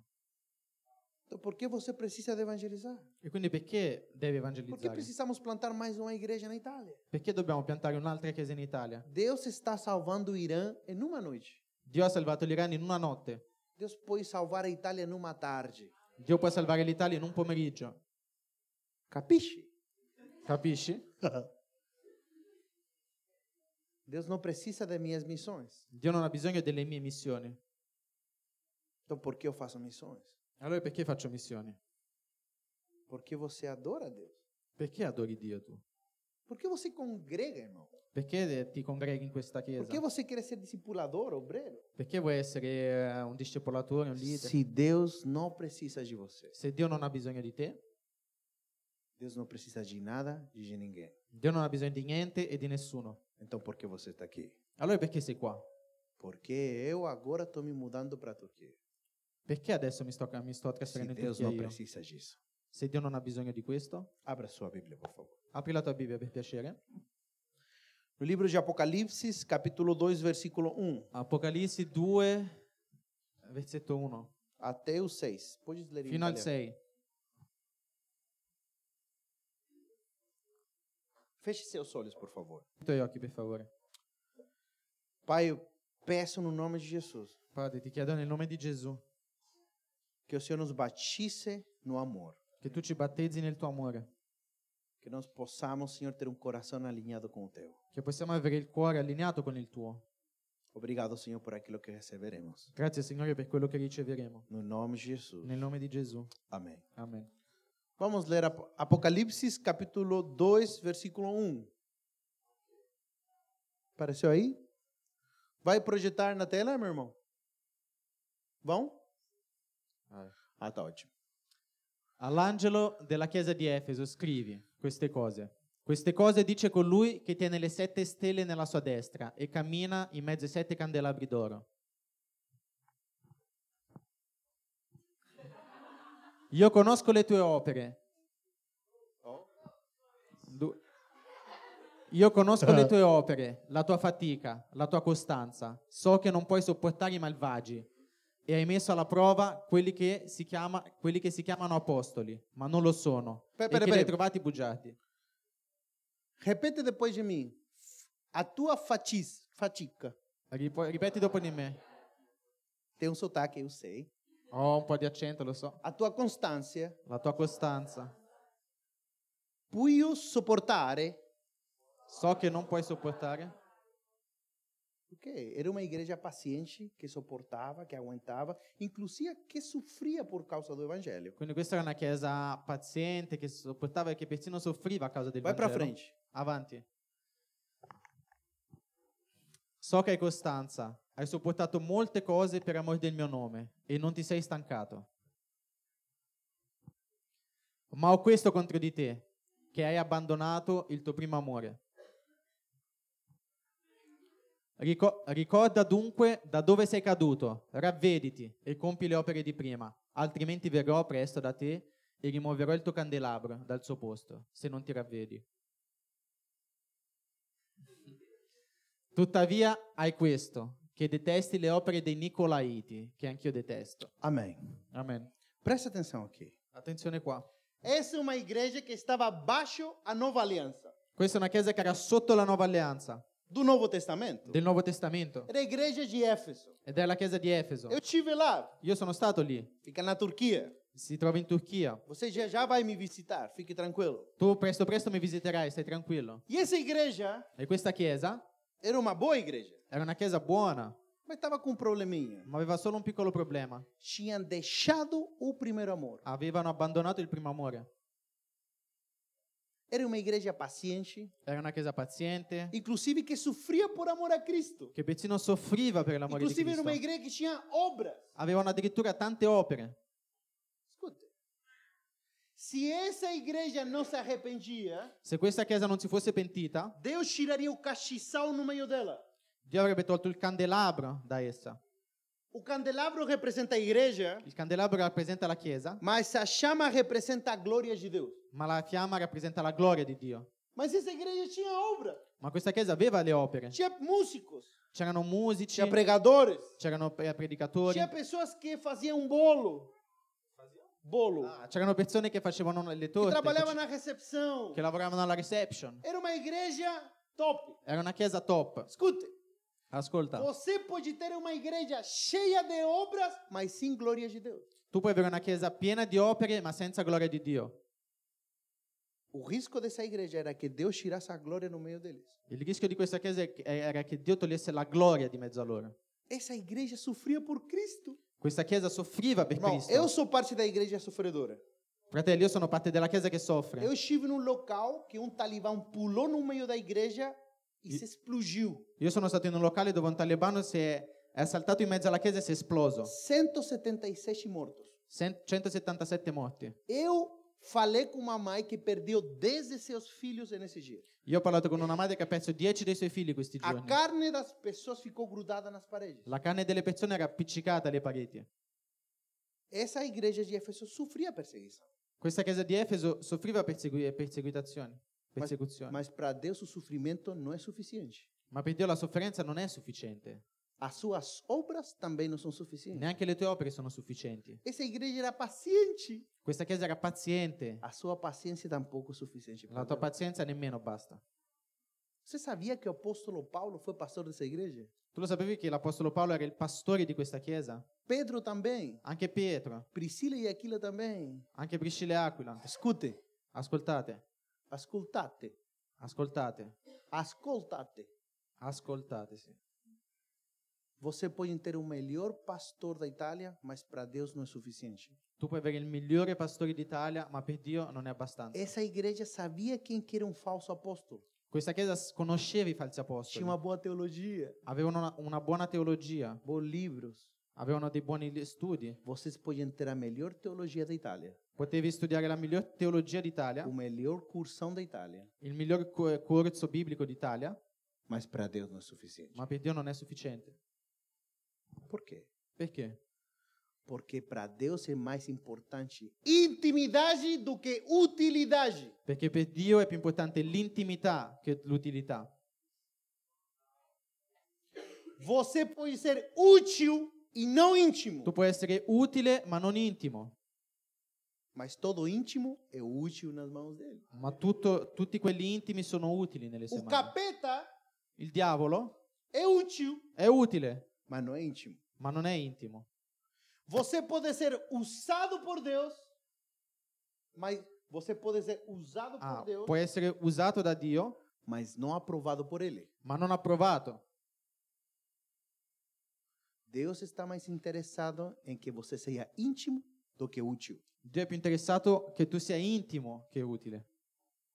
Speaker 1: Então por que você precisa de evangelizar?
Speaker 2: E quindi perché
Speaker 1: Por que
Speaker 2: devi evangelizzare?
Speaker 1: precisamos plantar mais uma igreja na Itália?
Speaker 2: Perché dobbiamo piantare un'altra chiesa in Italia?
Speaker 1: Deus está salvando o Irã em uma noite.
Speaker 2: Dio ha salvato l'Iran in una notte.
Speaker 1: Deus pode salvar a Itália numa tarde.
Speaker 2: Dio può salvare l'Italia in un pomeriggio.
Speaker 1: Capiche?
Speaker 2: Capisci?
Speaker 1: Deus não precisa das minhas missões.
Speaker 2: Dio non ha bisogno delle mie missioni.
Speaker 1: Então por que eu faço missões?
Speaker 2: Allora perché faccio missioni?
Speaker 1: Porque você adora a Deus.
Speaker 2: Perché adori Dio tu?
Speaker 1: Porque você congrega, irmão.
Speaker 2: Perché eh, ti congreghi in questa
Speaker 1: Porque
Speaker 2: chiesa?
Speaker 1: você quer ser discipulador, obreiro.
Speaker 2: Perché vuoi essere eh, un discipolatore, un leader?
Speaker 1: Se Deus não precisa de você,
Speaker 2: Se Dio non ha bisogno di te,
Speaker 1: Deus não precisa de nada e de ninguém.
Speaker 2: Dio non ha bisogno di niente e di nessuno.
Speaker 1: Então por que você está aqui?
Speaker 2: Allora perché sei qua?
Speaker 1: Porque eu agora estou me mudando para a Turquia.
Speaker 2: Perché adesso mi sto, mi sto
Speaker 1: Se
Speaker 2: trasferendo in
Speaker 1: Deus
Speaker 2: Turchia
Speaker 1: não
Speaker 2: io?
Speaker 1: precisa disso.
Speaker 2: Se Dio non ha bisogno di questo,
Speaker 1: Abra sua Bíblia, por favor.
Speaker 2: apri la tua Bibbia per piacere.
Speaker 1: No livro de Apocalipse, capítulo 2, versículo 1
Speaker 2: Apocalisse 2, versetto 1,
Speaker 1: até o 6. Pode ler em
Speaker 2: fino al
Speaker 1: italiano.
Speaker 2: 6.
Speaker 1: Feche seus olhos, por favor.
Speaker 2: I tuoi occhi, per favore.
Speaker 1: Pai, eu peço no nome de Jesus
Speaker 2: Padre, ti chiedo nel nome di Gesù
Speaker 1: que o Senhor nos batize no amor.
Speaker 2: che tu ci battezzi nel tuo amore,
Speaker 1: Que nós possamos, Senhor, ter um coração alinhado com o Teu.
Speaker 2: che possiamo avere il cuore allineato con il tuo.
Speaker 1: Obrigado, Senhor, por aquilo que receberemos.
Speaker 2: Grazie Signore per quello che riceveremo.
Speaker 1: No nome de Jesus.
Speaker 2: Nel nome di Gesù.
Speaker 1: Amém.
Speaker 2: Amen.
Speaker 1: Vamos ler Ap- Apocalipse, capítulo 2, versículo 1. Apareceu aí? Vai projetar na tela, meu irmão? Vão? Ah, tá ótimo.
Speaker 2: All'angelo della chiesa di Efeso scrivi queste cose. Queste cose dice colui che tiene le sette stelle nella sua destra e cammina in mezzo ai sette candelabri d'oro. Io conosco le tue opere. Du- Io conosco
Speaker 1: *laughs*
Speaker 2: le tue opere, la tua fatica, la tua costanza. So che non puoi sopportare i malvagi e hai messo alla prova quelli che si, chiama- quelli che si chiamano apostoli, ma non lo sono.
Speaker 1: Pe- pere-
Speaker 2: e che li
Speaker 1: pere.
Speaker 2: hai trovati bugiardi.
Speaker 1: Repete depois de mim. A tua fatiz, fatica.
Speaker 2: Ripo- ripeti dopo di me.
Speaker 1: Tem um sotaque, eu sei.
Speaker 2: Ho un po' di accento, lo so.
Speaker 1: A tua constância,
Speaker 2: La tua costanza.
Speaker 1: puio suportare.
Speaker 2: So che non puoi sopportare.
Speaker 1: Ok, era uma igreja paciente que suportava, que aguentava, inclusive que sofria por causa do evangelho.
Speaker 2: Quindi questa era una chiesa paziente che sopportava e che persino soffriva a causa del
Speaker 1: Vai para
Speaker 2: Vangelo.
Speaker 1: frente.
Speaker 2: Avanti. So che hai costanza, hai sopportato molte cose per amor del mio nome e non ti sei stancato. Ma ho questo contro di te, che hai abbandonato il tuo primo amore. Rico- ricorda dunque da dove sei caduto, ravvediti e compi le opere di prima, altrimenti verrò presto da te e rimuoverò il tuo candelabro dal suo posto, se non ti ravvedi. Tuttavia hai questo, che detesti le opere dei Nicolaiti, che anch'io detesto.
Speaker 1: Amém.
Speaker 2: Amen.
Speaker 1: Presta atenção aqui.
Speaker 2: Attenzione qua.
Speaker 1: Essa é uma igreja que estava abaixo da nova aliança.
Speaker 2: Questa è una chiesa che era sotto la nuova alleanza.
Speaker 1: do Novo Testamento.
Speaker 2: del Nuovo Testamento
Speaker 1: Era a igreja de Éfeso.
Speaker 2: ed è la chiesa di Efeso.
Speaker 1: Eu tive lá,
Speaker 2: Io sono stato lì,
Speaker 1: fica na Turquia.
Speaker 2: si trova in Turchia.
Speaker 1: Você já, já vai me visitar, fique tranquilo.
Speaker 2: Tu presto presto mi visiterai, stai tranquillo.
Speaker 1: E essa igreja
Speaker 2: E questa chiesa
Speaker 1: era uma boa igreja,
Speaker 2: era una chiesa buona,
Speaker 1: mas estava com um probleminha.
Speaker 2: ma aveva solo un piccolo problema.
Speaker 1: Tinha deixado o primeiro amor.
Speaker 2: Avevano abbandonato il primo amore.
Speaker 1: Era uma igreja paciente,
Speaker 2: Era una chiesa paziente,
Speaker 1: inclusive que sofria por amor a Cristo.
Speaker 2: che persino soffriva per l'amore di
Speaker 1: Inclusive era uma
Speaker 2: Cristo.
Speaker 1: igreja que tinha obras.
Speaker 2: Avevano addirittura tante opere.
Speaker 1: Escute. Se essa igreja não se arrependia,
Speaker 2: Se questa chiesa non si fosse pentita,
Speaker 1: Deus tiraria o castiçal no meio dela.
Speaker 2: Dio avrebbe tolto il candelabro da essa.
Speaker 1: O candelabro representa a igreja,
Speaker 2: Il candelabro rappresenta la chiesa,
Speaker 1: mas a chama representa a glória de Deus.
Speaker 2: ma la fiamma rappresenta la gloria di Dio.
Speaker 1: Mas essa igreja tinha obra,
Speaker 2: Ma questa chiesa aveva le opere.
Speaker 1: tinha músicos,
Speaker 2: C'erano musici,
Speaker 1: tinha pregadores,
Speaker 2: c'erano pre- predicatori,
Speaker 1: tinha pessoas que faziam um bolo. Bolo.
Speaker 2: ah, c'erano persone che facevano le
Speaker 1: que
Speaker 2: torte,
Speaker 1: trabalhavam
Speaker 2: che,
Speaker 1: na recepção.
Speaker 2: che lavoravano alla reception.
Speaker 1: Era uma igreja top.
Speaker 2: Era una chiesa top.
Speaker 1: Escute,
Speaker 2: Ascolta,
Speaker 1: você pode ter uma igreja cheia de obras, mas sem glória de Deus.
Speaker 2: tu puoi avere una chiesa piena di opere ma senza gloria di Dio.
Speaker 1: O risco dessa igreja era que Deus tirasse a glória no meio deles.
Speaker 2: Il rischio di questa chiesa è che- era che Dio togliesse la gloria di mezzo a loro.
Speaker 1: Essa igreja sofria por Cristo.
Speaker 2: Questa chiesa soffriva per
Speaker 1: Irmão,
Speaker 2: Cristo.
Speaker 1: eu sou parte da igreja sofredora.
Speaker 2: Fratelli, io sono parte della chiesa che soffre.
Speaker 1: Eu estive num local que um talibã pulou no meio da igreja e,
Speaker 2: E-
Speaker 1: se explodiu.
Speaker 2: Io sono stato in un locale dove un talebano si è, è saltato in mezzo alla chiesa e si è esploso.
Speaker 1: 177 mortos.
Speaker 2: Cent- 177 morti.
Speaker 1: Eu falei com uma mãe que perdeu 10 de seus filhos nesse dia.
Speaker 2: Io ho parlato con una madre che ha perso 10 dei suoi figli questi
Speaker 1: A
Speaker 2: giorni.
Speaker 1: carne das pessoas ficou grudada nas paredes.
Speaker 2: La carne delle persone era appiccicata alle pareti.
Speaker 1: Essa igreja de Éfeso sofria perseguição.
Speaker 2: Questa chiesa di Efeso soffriva persegui- perseguitazioni, persecuzioni. Ma,
Speaker 1: Mas para Deus o sofrimento não é suficiente.
Speaker 2: per Dio la sofferenza non è sufficiente.
Speaker 1: As suas obras também não são suficientes.
Speaker 2: Neanche le tue opere sono sufficienti.
Speaker 1: Essa igreja era paciente.
Speaker 2: Questa chiesa era paziente.
Speaker 1: A sua paciência tampouco é suficiente. pra
Speaker 2: La tua
Speaker 1: Deus.
Speaker 2: pazienza nemmeno basta.
Speaker 1: Você sabia que o apóstolo Paulo foi pastor dessa igreja?
Speaker 2: Tu lo sapevi che l'Apostolo Paolo era il pastore di questa chiesa?
Speaker 1: Pedro também.
Speaker 2: Anche Pietro,
Speaker 1: Priscila e Aquila também.
Speaker 2: anche Priscilla e Aquila.
Speaker 1: Escute.
Speaker 2: Ascoltate.
Speaker 1: Ascoltate.
Speaker 2: Ascoltate,
Speaker 1: Ascoltate.
Speaker 2: ascoltate, sì.
Speaker 1: Você pode ter o melhor pastor da Itália, mas para Deus não é suficiente.
Speaker 2: Tu puoi avere il migliore pastore d'Italia, ma per Dio non è abbastanza.
Speaker 1: Essa igreja sabia quem que era um falso apóstolo.
Speaker 2: Questa chiesa s- conosceva i falsi apostoli,
Speaker 1: Tinha uma boa teologia,
Speaker 2: avevano una, una buona teologia,
Speaker 1: bons livros.
Speaker 2: avevano dei buoni li- studi.
Speaker 1: Vocês podem ter a melhor teologia da Itália,
Speaker 2: Potevi studiare la miglior teologia d'Italia,
Speaker 1: o melhor cursão da Itália,
Speaker 2: il miglior co- corso biblico d'Italia,
Speaker 1: mas para Deus não é suficiente.
Speaker 2: ma per Dio non è sufficiente.
Speaker 1: Por quê?
Speaker 2: Perché?
Speaker 1: Porque para Deus é mais importante intimidade do que utilidade.
Speaker 2: Perché per Dio è più importante l'intimità che l'utilità.
Speaker 1: Você pode ser útil e não íntimo,
Speaker 2: Tu puoi essere utile ma non intimo,
Speaker 1: mas todo íntimo é útil nas mãos dele.
Speaker 2: ma tutto- tutti quelli intimi sono utili nelle sue
Speaker 1: O
Speaker 2: mani.
Speaker 1: capeta
Speaker 2: Il diavolo
Speaker 1: é útil,
Speaker 2: È utile,
Speaker 1: mas não é íntimo.
Speaker 2: ma non è intimo.
Speaker 1: Você pode ser usado por Deus, mas você pode ser usado
Speaker 2: Ah,
Speaker 1: por Deus,
Speaker 2: può essere usato da Dio,
Speaker 1: mas não aprovado por ele.
Speaker 2: ma non approvato.
Speaker 1: Deus está mais interessado em que você seja íntimo do que útil.
Speaker 2: Dio è più interessato che tu sia intimo che utile.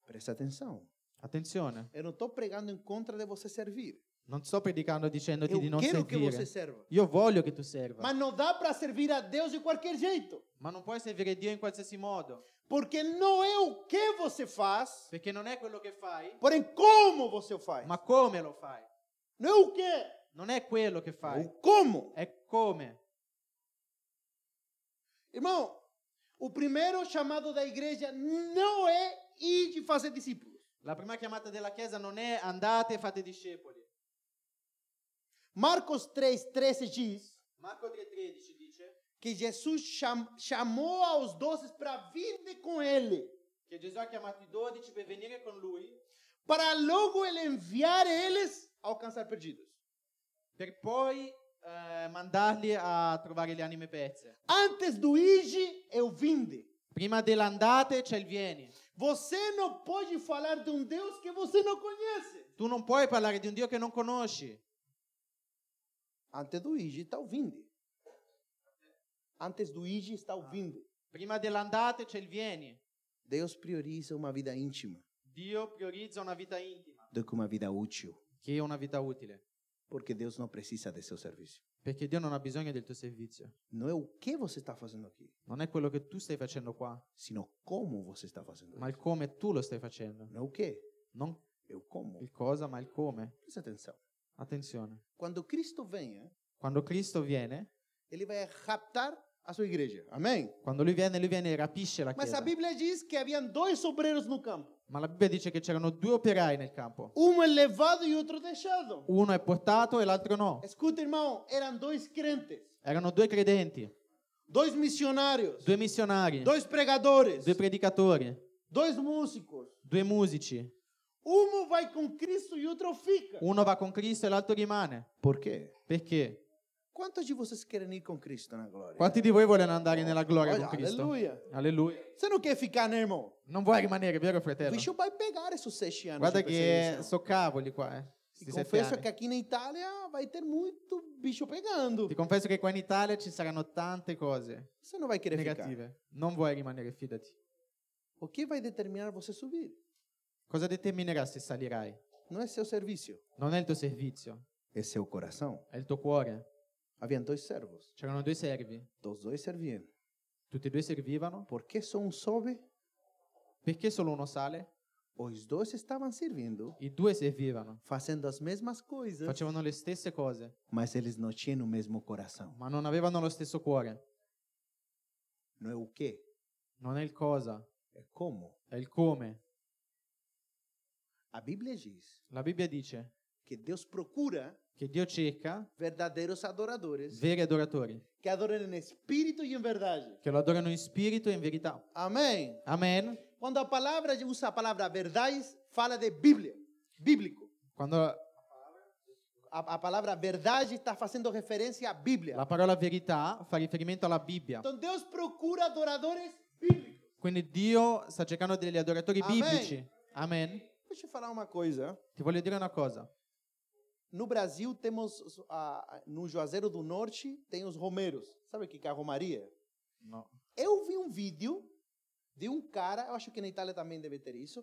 Speaker 1: Presta atenção.
Speaker 2: Attenzione,
Speaker 1: Eu não estou pregando em contra de você servir.
Speaker 2: non sto predicando dicendoti
Speaker 1: Eu
Speaker 2: di non
Speaker 1: quero que você
Speaker 2: servire.
Speaker 1: serva.
Speaker 2: Io voglio che tu serva, ma,
Speaker 1: Mas não dá para servir a Deus de qualquer jeito.
Speaker 2: non puoi servire Dio in qualsiasi modo,
Speaker 1: Porque não é o que você faz,
Speaker 2: perché non è quello che fai,
Speaker 1: porém como você o faz.
Speaker 2: ma come lo fai.
Speaker 1: Não é o que,
Speaker 2: Non è quello che
Speaker 1: é o
Speaker 2: fai,
Speaker 1: como.
Speaker 2: è come.
Speaker 1: Irmão, o primeiro chamado da igreja não é ir de fazer discípulos,
Speaker 2: La prima chiamata della Chiesa non è andate e fate discepoli.
Speaker 1: Marcos 3:13 diz
Speaker 2: Marco 3,13 dice
Speaker 1: que Jesus cham- chamou aos doze para vir com ele,
Speaker 2: che Gesù ha chiamato i dodici per venire con lui
Speaker 1: para logo ele enviar eles alcançar perdidos.
Speaker 2: per poi eh, mandarli a trovare le anime perse.
Speaker 1: Antes do ide é o vinde.
Speaker 2: Prima dell'andate c'è il vieni.
Speaker 1: Você não pode falar de um Deus que você não conhece.
Speaker 2: Tu non puoi parlare di un Dio che non conosci.
Speaker 1: Antes do ide está o vinde. Antes do ide está o vinde.
Speaker 2: Prima dell'andate c'è il vieni.
Speaker 1: Deus prioriza uma vida íntima
Speaker 2: Dio priorizza una vita intima
Speaker 1: do que uma vida útil,
Speaker 2: che è una vita utile,
Speaker 1: porque Deus não precisa de seu serviço.
Speaker 2: perché Dio non ha bisogno del tuo servizio.
Speaker 1: Não é o que você está fazendo aqui,
Speaker 2: Non è quello che tu stai facendo qua,
Speaker 1: sino como você está fazendo.
Speaker 2: ma il come tu lo stai facendo.
Speaker 1: Não é o que,
Speaker 2: Non
Speaker 1: é o como.
Speaker 2: il cosa, ma il come.
Speaker 1: Presta atenção.
Speaker 2: Attenzione.
Speaker 1: Quando Cristo venha,
Speaker 2: Quando Cristo viene,
Speaker 1: ele vai raptar a sua igreja. Amém?
Speaker 2: quando lui viene, lui viene e rapisce la
Speaker 1: Mas a
Speaker 2: chiesa.
Speaker 1: Bíblia diz que haviam dois obreiros no campo.
Speaker 2: Ma la Bibbia dice che c'erano due operai nel campo.
Speaker 1: Um é levado e outro deixado.
Speaker 2: Uno è portato e l'altro no.
Speaker 1: Escuta, irmão, eram dois crentes,
Speaker 2: Erano due credenti,
Speaker 1: dois missionários,
Speaker 2: due missionari,
Speaker 1: dois pregadores,
Speaker 2: due predicatori,
Speaker 1: dois músicos.
Speaker 2: due musici.
Speaker 1: Um vai com Cristo e outro fica.
Speaker 2: Uno va con Cristo e l'altro rimane.
Speaker 1: Um- Por quê?
Speaker 2: Perché?
Speaker 1: Quantos de vocês querem ir com Cristo na glória?
Speaker 2: Quanti di voi vogliono andare nella gloria
Speaker 1: Olha,
Speaker 2: con Cristo?
Speaker 1: aleluia.
Speaker 2: Alleluia.
Speaker 1: Você não quer ficar, né, irmão?
Speaker 2: Non vuoi rimanere, vero
Speaker 1: O
Speaker 2: fratello?
Speaker 1: bicho vai pegar esses sete anos. tipo
Speaker 2: Guarda
Speaker 1: de perseguição.
Speaker 2: che so cavoli qua, eh.
Speaker 1: E
Speaker 2: Sti sette
Speaker 1: confesso que
Speaker 2: anni.
Speaker 1: aqui na Itália vai ter muito bicho pegando.
Speaker 2: Ti confesso che qua in Italia ci saranno tante cose
Speaker 1: Você não vai querer ficar.
Speaker 2: negative. Non vuoi rimanere, fidati.
Speaker 1: O que vai determinar você subir?
Speaker 2: Cosa determinerà se salirai?
Speaker 1: Não é seu serviço,
Speaker 2: Non è il tuo servizio,
Speaker 1: é seu coração.
Speaker 2: è il tuo cuore.
Speaker 1: Havia dois servos,
Speaker 2: C'erano due servi,
Speaker 1: os dois serviam.
Speaker 2: tutti e due servivano.
Speaker 1: Por que só um sobe?
Speaker 2: Perché solo uno sale?
Speaker 1: Os dois estavam servindo,
Speaker 2: I due servivano,
Speaker 1: fazendo as mesmas coisas,
Speaker 2: facevano le stesse cose,
Speaker 1: mas eles não tinham o mesmo coração.
Speaker 2: ma non avevano lo stesso cuore.
Speaker 1: Não é o que,
Speaker 2: Non è il cosa,
Speaker 1: é como.
Speaker 2: è il come.
Speaker 1: A Bíblia diz
Speaker 2: La Bibbia dice
Speaker 1: que Deus procura
Speaker 2: che Dio cerca
Speaker 1: verdadeiros adoradores
Speaker 2: veri adoratori
Speaker 1: que adorem em espírito e em verdade.
Speaker 2: che lo adorano in spirito e in verità.
Speaker 1: Amém.
Speaker 2: Amen.
Speaker 1: Quando a palavra usa a palavra verdades, fala de Bíblia, bíblico.
Speaker 2: Quando
Speaker 1: A, a palavra verdade está fazendo referência à Bíblia.
Speaker 2: la parola verità fa riferimento alla Bibbia,
Speaker 1: Então Deus procura adoradores bíblicos.
Speaker 2: quindi Dio sta cercando degli adoratori
Speaker 1: Amen.
Speaker 2: biblici. Amen.
Speaker 1: Deixa eu falar uma coisa.
Speaker 2: Ti voglio dire una cosa.
Speaker 1: No Brasil temos ah, no Juazeiro do Norte tem os romeiros. Sabe o que que é a romaria?
Speaker 2: No.
Speaker 1: Eu vi um vídeo de um cara, eu acho que na Itália também deve ter isso,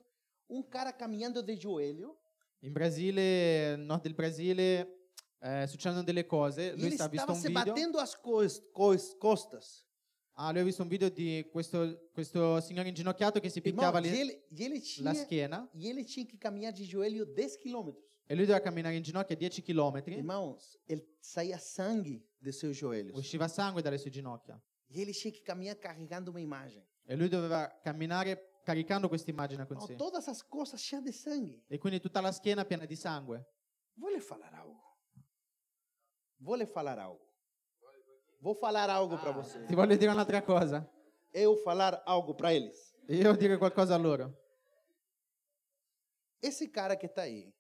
Speaker 1: um cara caminhando de joelho
Speaker 2: In Brasile, nel nord del Brasile, eh, succedono delle cose.
Speaker 1: e ele
Speaker 2: Lui sta ha Eh, visto
Speaker 1: estava
Speaker 2: un
Speaker 1: se
Speaker 2: video.
Speaker 1: batendo as cos- cos- costas.
Speaker 2: Ah, lui ha visto un video di questo, questo signore inginocchiato che si
Speaker 1: Irmão,
Speaker 2: picchiava
Speaker 1: e,
Speaker 2: le-
Speaker 1: ele, e ele
Speaker 2: la
Speaker 1: tinha
Speaker 2: schiena
Speaker 1: E ele tinha que caminhar de joelho 10 quilômetros.
Speaker 2: e lui doveva camminare in ginocchio 10 km.
Speaker 1: Irmãos, ele saía sangue de seus joelhos.
Speaker 2: Usciva sangue dalle sue ginocchia.
Speaker 1: E ele tinha que caminhar carregando uma imagem.
Speaker 2: E lui doveva camminare caricando questa immagine con
Speaker 1: Irmão,
Speaker 2: sé.
Speaker 1: todas as costas cheias de sangue.
Speaker 2: E quindi tutta la schiena piena di sangue.
Speaker 1: Vou lhe falar algo. Vou lhe falar algo. Vou falar algo para vocês.
Speaker 2: Ti voglio dire un'altra cosa.
Speaker 1: Eu falar algo para eles.
Speaker 2: Io dire qualcosa a loro.
Speaker 1: Esse cara que tá aí,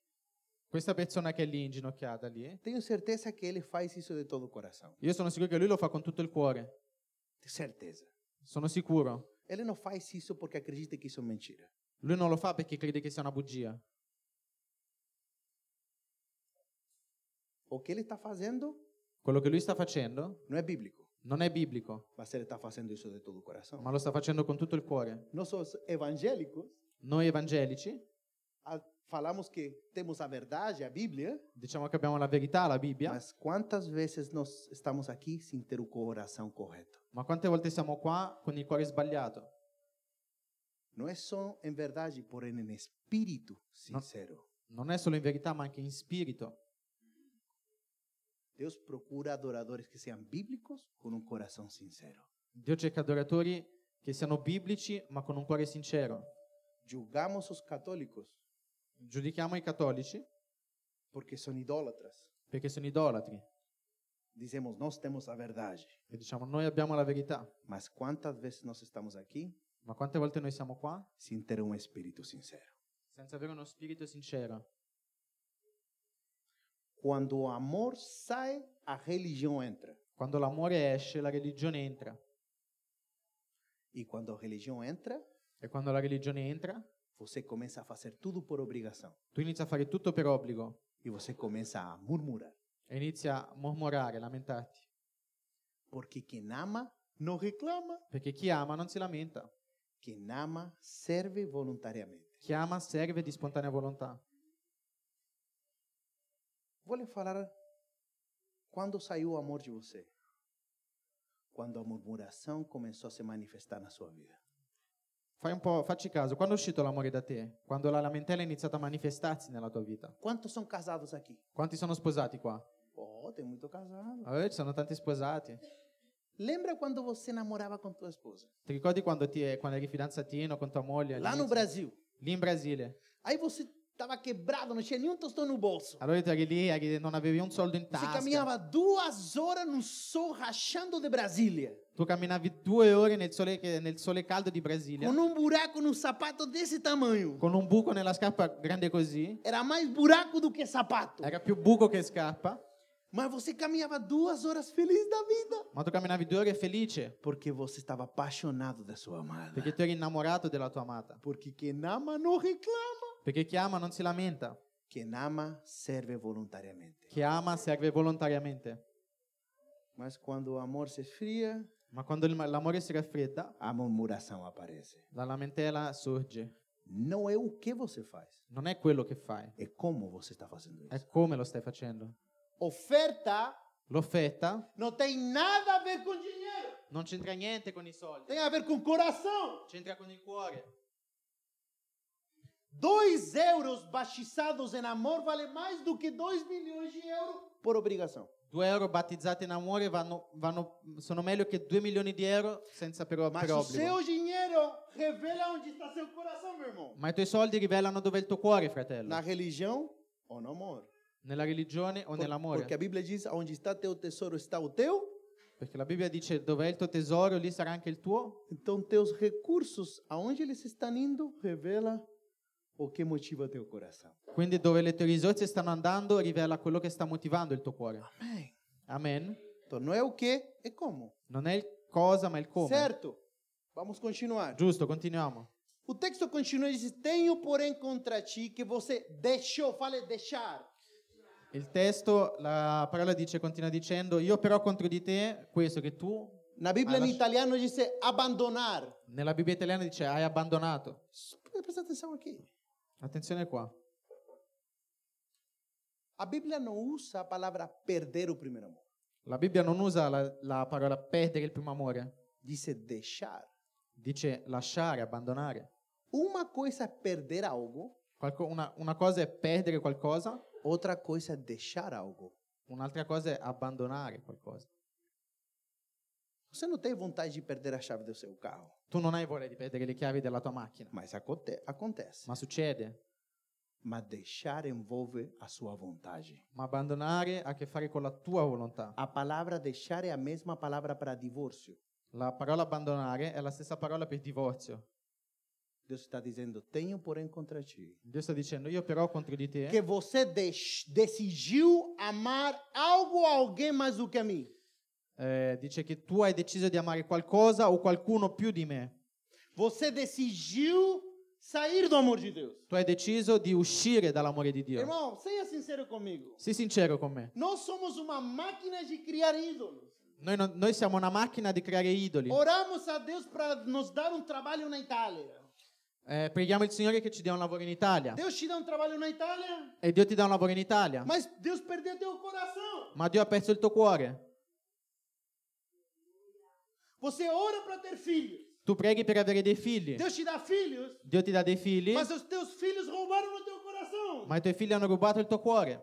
Speaker 2: Questa persona che è lì inginocchiata lì,
Speaker 1: tenho certeza que ele faz isso de todo o coração.
Speaker 2: io sono sicuro che lui lo fa con tutto il cuore.
Speaker 1: Tenho certeza.
Speaker 2: Sono sicuro.
Speaker 1: Ele não faz isso porque acredita que isso é mentira.
Speaker 2: Lui non lo fa perché crede che sia una bugia.
Speaker 1: O que ele está fazendo
Speaker 2: Quello che lui sta facendo
Speaker 1: não é bíblico,
Speaker 2: non è biblico,
Speaker 1: mas ele está fazendo isso de todo o coração.
Speaker 2: ma lo sta facendo con tutto il cuore.
Speaker 1: Nós os evangélicos
Speaker 2: Noi evangelici
Speaker 1: a- falamos que temos a verdade, a Bíblia,
Speaker 2: diciamo che abbiamo la verità, la Bibbia,
Speaker 1: mas quantas vezes nós estamos aqui sem ter o coração correto?
Speaker 2: ma quante volte siamo qua con il cuore sbagliato?
Speaker 1: Não é só em verdade, porém em espírito sincero.
Speaker 2: Non è solo in verità, ma anche in spirito.
Speaker 1: Deus procura adoradores que sejam bíblicos com um coração sincero.
Speaker 2: Dio cerca adoratori che siano biblici, ma con un cuore sincero.
Speaker 1: Julgamos os católicos
Speaker 2: Giudichiamo i cattolici
Speaker 1: porque são idólatras.
Speaker 2: perché sono idolatri
Speaker 1: Dizemos, nós temos a verdade.
Speaker 2: e diciamo noi abbiamo la verità,
Speaker 1: Mas quantas vezes nós estamos aqui
Speaker 2: ma quante volte noi siamo qua
Speaker 1: sem ter um espírito sincero?
Speaker 2: senza avere uno spirito sincero?
Speaker 1: Quando o amor sai, a religião entra.
Speaker 2: Quando l'amore esce, la religione entra.
Speaker 1: E quando a religião entra,
Speaker 2: E quando la religione entra,
Speaker 1: você começa a fazer tudo por obrigação.
Speaker 2: tu inizi a fare tutto per obbligo
Speaker 1: E você começa a murmurar.
Speaker 2: e inizi a mormorare, lamentarti.
Speaker 1: Porque quem ama não reclama.
Speaker 2: Perché chi ama non si lamenta.
Speaker 1: Quem ama serve voluntariamente.
Speaker 2: Chi ama serve di spontanea volontà.
Speaker 1: Vou lhe falar quando saiu o amor de você. Quando a murmuração começou a se manifestar na sua vida.
Speaker 2: Fai un po', facci caso, quando è uscito l'amore da te? Quando la lamentela è iniziata a manifestarsi nella tua vita?
Speaker 1: Quantos são casados aqui?
Speaker 2: Quanti sono sposati qua?
Speaker 1: Oh, tem muito casado.
Speaker 2: Eh, ci sono tanti sposati.
Speaker 1: Lembra quando você namorava com tua esposa?
Speaker 2: Ti ricordi quando, ti, quando eri fidanzatino con tua moglie?
Speaker 1: Lá no
Speaker 2: all'inizio?
Speaker 1: Brasil.
Speaker 2: Lì in Brasile.
Speaker 1: Aí você tava quebrado, não tinha nenhum tostão no bolso.
Speaker 2: Allora tu eri lì, eri- non avevi un soldo in
Speaker 1: Você
Speaker 2: tasca.
Speaker 1: caminhava duas horas no sol rachando de Brasília.
Speaker 2: Tu camminavi due ore nel sole, che- nel sole caldo di Brasile
Speaker 1: Com um buraco no sapato desse tamanho.
Speaker 2: con un buco nella scarpa grande così.
Speaker 1: Era mais buraco do que sapato.
Speaker 2: Era più buco che scarpa,
Speaker 1: Mas você caminhava duas horas feliz da vida.
Speaker 2: ma tu camminavi due ore felice
Speaker 1: Porque você estava apaixonado da sua amada.
Speaker 2: perché tu eri innamorato della tua amata.
Speaker 1: Porque quem ama não reclama.
Speaker 2: Perché chi ama non si lamenta,
Speaker 1: Quem ama serve voluntariamente.
Speaker 2: chi ama serve volontariamente.
Speaker 1: Mas quando o amor se esfria,
Speaker 2: Ma quando il- l'amore si raffredda,
Speaker 1: a murmuração aparece.
Speaker 2: la lamentela sorge.
Speaker 1: Não é o que você faz,
Speaker 2: Non è quello che fai,
Speaker 1: é como você está fazendo isso.
Speaker 2: è come lo stai facendo.
Speaker 1: Oferta
Speaker 2: L'offerta
Speaker 1: não tem nada a ver com dinheiro,
Speaker 2: non c'entra niente con i soldi,
Speaker 1: tem a ver com coração.
Speaker 2: c'entra con il cuore.
Speaker 1: Dois euros batizados em amor vale mais do que dois milhões de euros por obrigação.
Speaker 2: Due euro battezzati in amore vanno, vanno- sono meglio che due milioni di euro senza però,
Speaker 1: Mas
Speaker 2: per
Speaker 1: o
Speaker 2: obbligo.
Speaker 1: seu dinheiro revela onde está seu coração, meu irmão.
Speaker 2: Ma i tuoi soldi rivelano dove è il tuo cuore, fratello.
Speaker 1: Na religião ou no amor?
Speaker 2: Nella religione o
Speaker 1: Por-
Speaker 2: nell'amore.
Speaker 1: Porque a Bíblia diz: onde está teu tesouro está o teu.
Speaker 2: Perché la Bibbia dice dov'è il tuo tesoro, lì sarà anche il tuo.
Speaker 1: Então, teus recursos, aonde eles estão indo, revela o que motiva teu coração.
Speaker 2: Quindi dove le tue risorse stanno andando rivela quello che sta motivando il tuo cuore.
Speaker 1: Amém.
Speaker 2: Amen.
Speaker 1: Então, não é o que, é como.
Speaker 2: Non è il cosa, ma il
Speaker 1: é?
Speaker 2: come.
Speaker 1: Certo? Vamos continuar.
Speaker 2: Giusto, continuiamo.
Speaker 1: O texto continua e diz: Tenho, porém, contra ti que você deixou, fale deixar.
Speaker 2: Il testo, la parola dice, continua dicendo, io però contro di te, questo che tu,
Speaker 1: Na Bíblia,
Speaker 2: Ah,
Speaker 1: em
Speaker 2: lascia-
Speaker 1: italiano, diz "É abandonar.
Speaker 2: nella Bibbia italiana dice, hai abbandonato.
Speaker 1: Presta atenção aqui.
Speaker 2: Attenzione qua.
Speaker 1: A Bíblia não usa a palavra perder o primeiro amor.
Speaker 2: La Bibbia non usa la, la parola perdere il primo amore,
Speaker 1: Diz "É deixar.
Speaker 2: dice lasciare, abbandonare.
Speaker 1: Uma coisa é perder algo,
Speaker 2: Qualco- una, una cosa è perdere qualcosa,
Speaker 1: outra coisa é deixar algo.
Speaker 2: un'altra cosa è abbandonare qualcosa.
Speaker 1: Você não tem vontade de perder a chave do seu carro,
Speaker 2: Tu non hai voglia di perdere le chiavi della tua macchina,
Speaker 1: mas aconte acontece.
Speaker 2: ma succede.
Speaker 1: Mas deixar envolve a sua vontade.
Speaker 2: Ma abbandonare ha a che fare con la tua volontà.
Speaker 1: A palavra deixar é a mesma palavra para divórcio.
Speaker 2: La parola abbandonare è la stessa parola per divorzio.
Speaker 1: Deus está dizendo: tenho, porém, contra ti.
Speaker 2: Dio sta dicendo, io però contro di te,
Speaker 1: Que você deix- decidiu amar algo ou alguém mais do que a mim.
Speaker 2: eh, dice che tu hai deciso di amare qualcosa o qualcuno più di me.
Speaker 1: Você decidiu sair do amor de Deus.
Speaker 2: Tu hai deciso di uscire dall'amore di Dio.
Speaker 1: Irmão, seja sincero comigo.
Speaker 2: Sii sincero con me.
Speaker 1: Nós somos uma máquina de criar ídolos.
Speaker 2: Noi, non- noi siamo una macchina di creare idoli.
Speaker 1: Oramos a Deus para nos dar um trabalho na Itália.
Speaker 2: Eh, preghiamo il Signore che ci dia un lavoro in Italia.
Speaker 1: Deus te dá um trabalho na Itália,
Speaker 2: E Dio ti dà un lavoro in Italia.
Speaker 1: mas Deus perdeu teu coração.
Speaker 2: Ma Dio ha perso il tuo cuore.
Speaker 1: Você ora para ter filhos.
Speaker 2: Tu preghi per avere dei figli.
Speaker 1: Deus te dá filhos,
Speaker 2: Dio ti dà dei figli,
Speaker 1: mas os teus filhos roubaram no teu coração.
Speaker 2: ma i tuoi figli hanno rubato il tuo cuore.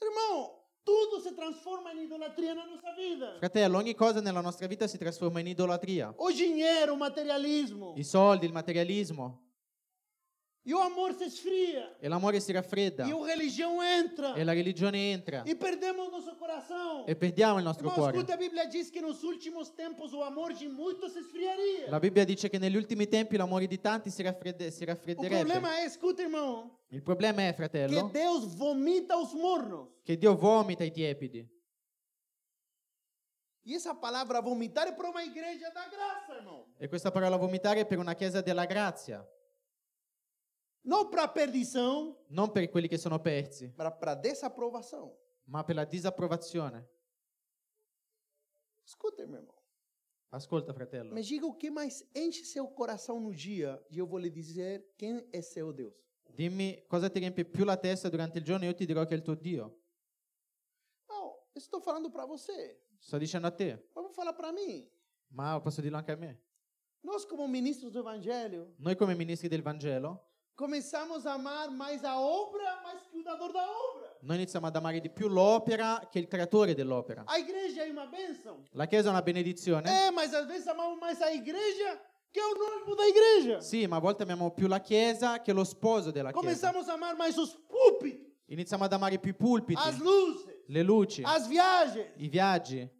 Speaker 1: Irmão, tudo se transforma em idolatria na nossa vida.
Speaker 2: Fratello, ogni cosa nella nostra vita si trasforma in idolatria.
Speaker 1: O dinheiro, o materialismo.
Speaker 2: I soldi, il materialismo.
Speaker 1: E o amor se esfria.
Speaker 2: E l'amore si raffredda.
Speaker 1: E a religião entra.
Speaker 2: E la religione entra.
Speaker 1: E perdemos nosso coração.
Speaker 2: E perdiamo il nostro
Speaker 1: Irmão,
Speaker 2: cuore.
Speaker 1: escuta, a Bíblia diz que nos últimos tempos o amor de muitos se esfriaria.
Speaker 2: La Bibbia dice che negli ultimi tempi l'amore di tanti si, raffredde- si
Speaker 1: O
Speaker 2: raffredderebbe.
Speaker 1: problema é, escuta, irmão,
Speaker 2: Il problema
Speaker 1: que
Speaker 2: è, fratello,
Speaker 1: Deus vomita os mornos.
Speaker 2: che Dio vomita i tiepidi.
Speaker 1: E essa palavra vomitar é para uma igreja da graça, irmão.
Speaker 2: E questa parola vomitare è per una chiesa della grazia,
Speaker 1: Não para perdição,
Speaker 2: non per quelli che sono persi,
Speaker 1: para desaprovação.
Speaker 2: ma per la disapprovazione.
Speaker 1: Escuta, meu irmão.
Speaker 2: Ascolta, fratello,
Speaker 1: Me diga o que mais enche seu coração no dia e eu vou lhe dizer quem é seu Deus.
Speaker 2: dimmi cosa ti riempie più la testa durante il giorno e io ti dirò che è il tuo Dio.
Speaker 1: Não, eu estou falando para você.
Speaker 2: Sto dicendo a te,
Speaker 1: Mas vou falar para mim.
Speaker 2: ma posso dirlo anche a me.
Speaker 1: Nós, como ministros do Evangelho,
Speaker 2: Noi come ministri del Vangelo,
Speaker 1: começamos a amar mais a obra, mais que o dador da obra.
Speaker 2: noi iniziamo ad amare di più l'opera che il creatore dell'opera.
Speaker 1: A igreja é uma bênção.
Speaker 2: La chiesa è una benedizione?
Speaker 1: É, mas às vezes amamos mais a igreja que o noivo da igreja.
Speaker 2: Sì, ma a volte amiamo più la chiesa che lo sposo della chiesa.
Speaker 1: Começamos a amar mais os púlpitos,
Speaker 2: Iniziamo ad amare più i pulpiti,
Speaker 1: as luzes,
Speaker 2: le luci,
Speaker 1: as viagens.
Speaker 2: i viaggi.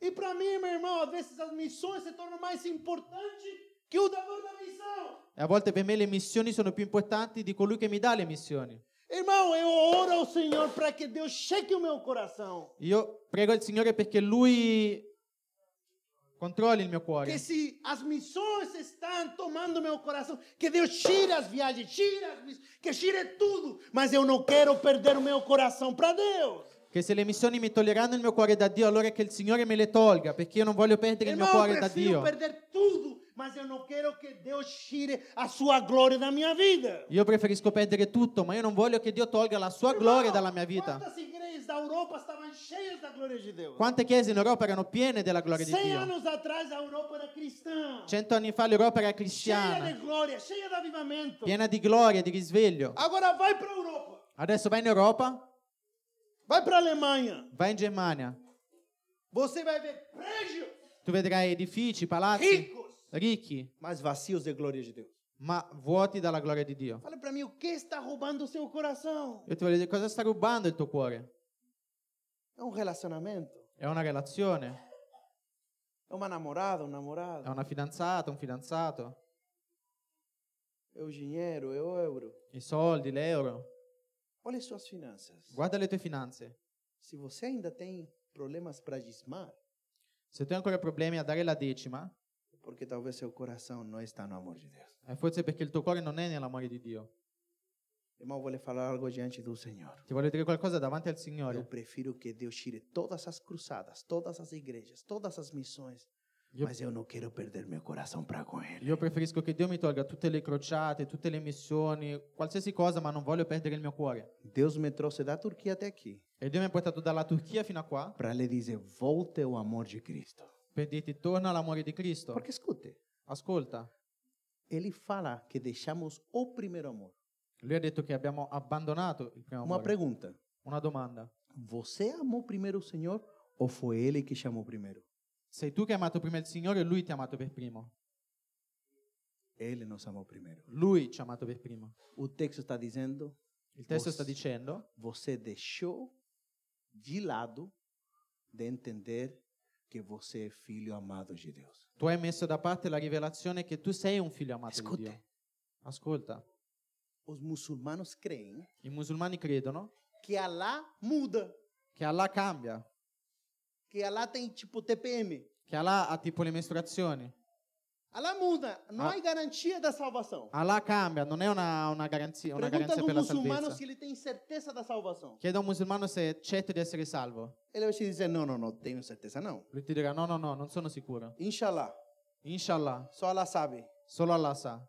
Speaker 1: E para mim, meu irmão, às vezes as missões se tornam mais importantes que o dador da missão.
Speaker 2: E a volte per me le missioni sono più importanti di colui che mi dà le missioni.
Speaker 1: Irmão, eu oro ao Senhor para que Deus cheque o meu coração.
Speaker 2: Io prego il Signore perché Lui controlli il mio
Speaker 1: Que
Speaker 2: cuore.
Speaker 1: se as missões estão tomando meu coração, que Deus tire as viagens, tire as missões, que tire tudo. Mas eu não quero perder o meu coração para Deus.
Speaker 2: Che se le missioni mi toglieranno il mio cuore da Dio, allora che il Signore me le tolga, perché io non voglio perdere il mio
Speaker 1: Irmão,
Speaker 2: cuore
Speaker 1: eu
Speaker 2: da
Speaker 1: prefiro
Speaker 2: Dio.
Speaker 1: perder tudo, mas eu não quero que Deus tire a sua glória da minha vida.
Speaker 2: Io preferisco perdere tutto, ma io non voglio che Dio tolga la sua gloria dalla mia vita.
Speaker 1: Quantas igrejas da Europa estavam cheias da glória de Deus?
Speaker 2: Quante chiese in Europa erano piene della gloria di
Speaker 1: 100
Speaker 2: Dio?
Speaker 1: anos atrás a Europa era cristã,
Speaker 2: Cento anni fa l'Europa era
Speaker 1: cheia de
Speaker 2: cristiana,
Speaker 1: glória, cheia de avivamento.
Speaker 2: piena di gloria, di risveglio.
Speaker 1: Agora vai para a Europa,
Speaker 2: Adesso vai in Europa,
Speaker 1: vai para a Alemanha,
Speaker 2: vai in Germania,
Speaker 1: você vai ver prédios
Speaker 2: tu vedrai edifici, palazzi
Speaker 1: ricos,
Speaker 2: ricchi,
Speaker 1: mas Ah, vazios de glória de Deus.
Speaker 2: ma vuoti dalla gloria di Dio.
Speaker 1: Fala para mim o que está roubando o seu coração?
Speaker 2: Io ti voglio dire, cosa sta rubando il tuo cuore?
Speaker 1: É um relacionamento,
Speaker 2: È una relazione?
Speaker 1: é uma namorada, um
Speaker 2: È
Speaker 1: namorado,
Speaker 2: una fidanzata, un fidanzato?
Speaker 1: é o dinheiro, é o euro.
Speaker 2: I soldi, l'euro?
Speaker 1: Olha suas finanças.
Speaker 2: Guarda le tue finanze.
Speaker 1: Se você ainda tem problemas para desmar,
Speaker 2: Se tu hai ancora problemi a dare la decima,
Speaker 1: é porque talvez seu coração não está no amor de Deus.
Speaker 2: è eh, forse perché il tuo cuore non è nell'amore di Dio.
Speaker 1: Irmão, vou lhe falar algo diante do Senhor.
Speaker 2: Ti voglio dire qualcosa davanti al
Speaker 1: Eu
Speaker 2: Signore.
Speaker 1: prefiro que Deus tire todas as cruzadas, todas as igrejas, todas as missões,
Speaker 2: Io-
Speaker 1: mas eu não quero perder meu coração para com Ele.
Speaker 2: Io preferisco che Dio mi tolga tutte le crociate, tutte le missioni, qualsiasi cosa, ma non voglio perdere il mio cuore.
Speaker 1: Deus me trouxe da Turquia até aqui
Speaker 2: E Dio mi ha portato dalla Turchia fino a qua
Speaker 1: para lhe dizer: volte ao amor de Cristo.
Speaker 2: per dirti torna all'amore di Cristo.
Speaker 1: Porque escute,
Speaker 2: Ascolta,
Speaker 1: Ele fala que deixamos o primeiro amor.
Speaker 2: lui ha detto che abbiamo abbandonato il primo
Speaker 1: Uma
Speaker 2: amore.
Speaker 1: pergunta:
Speaker 2: Una domanda.
Speaker 1: você amou primeiro o Senhor ou foi Ele que chamou primeiro?
Speaker 2: Sei tu che hai amato prima il Signore o Lui ti ha amato per primo?
Speaker 1: Ele nos amou primeiro.
Speaker 2: Lui ci ha amato per primo.
Speaker 1: O texto está dizendo:
Speaker 2: Il testo
Speaker 1: Vos-
Speaker 2: sta dicendo,
Speaker 1: você deixou de lado de entender que você é filho amado de Deus.
Speaker 2: tu hai messo da parte la rivelazione che tu sei un figlio amato di
Speaker 1: Ascolta.
Speaker 2: Dio. Ascolta,
Speaker 1: Os muçulmanos creem
Speaker 2: i musulmani credono
Speaker 1: que Alá muda,
Speaker 2: che Allah cambia,
Speaker 1: que Alá tem tipo TPM.
Speaker 2: che Allah ha tipo le mestruazioni.
Speaker 1: Alá muda, não
Speaker 2: Ah.
Speaker 1: há garantia da salvação.
Speaker 2: Allah cambia, non è una, una garanzia, una
Speaker 1: Pergunta
Speaker 2: garanzia
Speaker 1: ao
Speaker 2: per la
Speaker 1: muçulmano
Speaker 2: salvezza.
Speaker 1: se ele tem certeza da salvação.
Speaker 2: Chiede a un musulmano se accetta di essere salvo.
Speaker 1: Ele vai te dizer: não, não, não, tenho certeza não.
Speaker 2: Lui ti dirà no, no, no, non sono sicuro.
Speaker 1: Inshallah,
Speaker 2: Inshallah,
Speaker 1: só Alá sabe.
Speaker 2: solo Allah sa.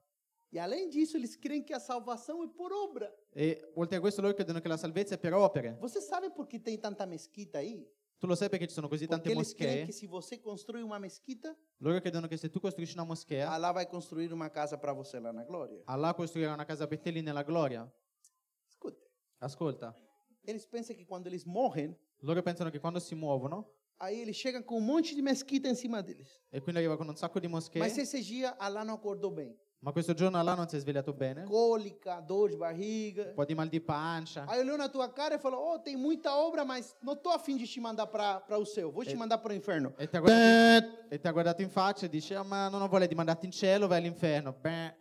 Speaker 1: E além disso, eles creem que a salvação é por obra.
Speaker 2: E oltre a questo loro credono che la salvezza è per opere.
Speaker 1: Você sabe por que tem tanta mesquita aí?
Speaker 2: Tu lo sai perché ci sono così
Speaker 1: Porque
Speaker 2: tante
Speaker 1: eles creem
Speaker 2: moschee?
Speaker 1: que se você construir uma mesquita,
Speaker 2: Loro credono che se tu costruisci una moschea,
Speaker 1: Alá vai construir uma casa para você lá na glória.
Speaker 2: Allah costruirà una casa per te lì nella gloria.
Speaker 1: Escuta,
Speaker 2: Ascolta,
Speaker 1: eles pensam que quando eles morrem,
Speaker 2: loro pensano che quando si muovono,
Speaker 1: aí eles chegam com um monte de mesquita em cima deles.
Speaker 2: e quindi arriva con un sacco di moschee,
Speaker 1: Mas esse dia Alá não acordou bem.
Speaker 2: Ma questo giorno là non si è svegliato bene? Un
Speaker 1: cólica, dor de barriga.
Speaker 2: po' di mal di pancia.
Speaker 1: Aí olhou na tua cara e falou: Ó, tem muita obra, mas não tô afim de te mandar para o céu, vou te mandar para o
Speaker 2: *laughs*
Speaker 1: inferno.
Speaker 2: E ti, ha guardato,
Speaker 1: Eh.
Speaker 2: e ti ha guardato in faccia e dice: ah, Ma non ho voglia di mandarti in cielo, vai all'inferno. Beh.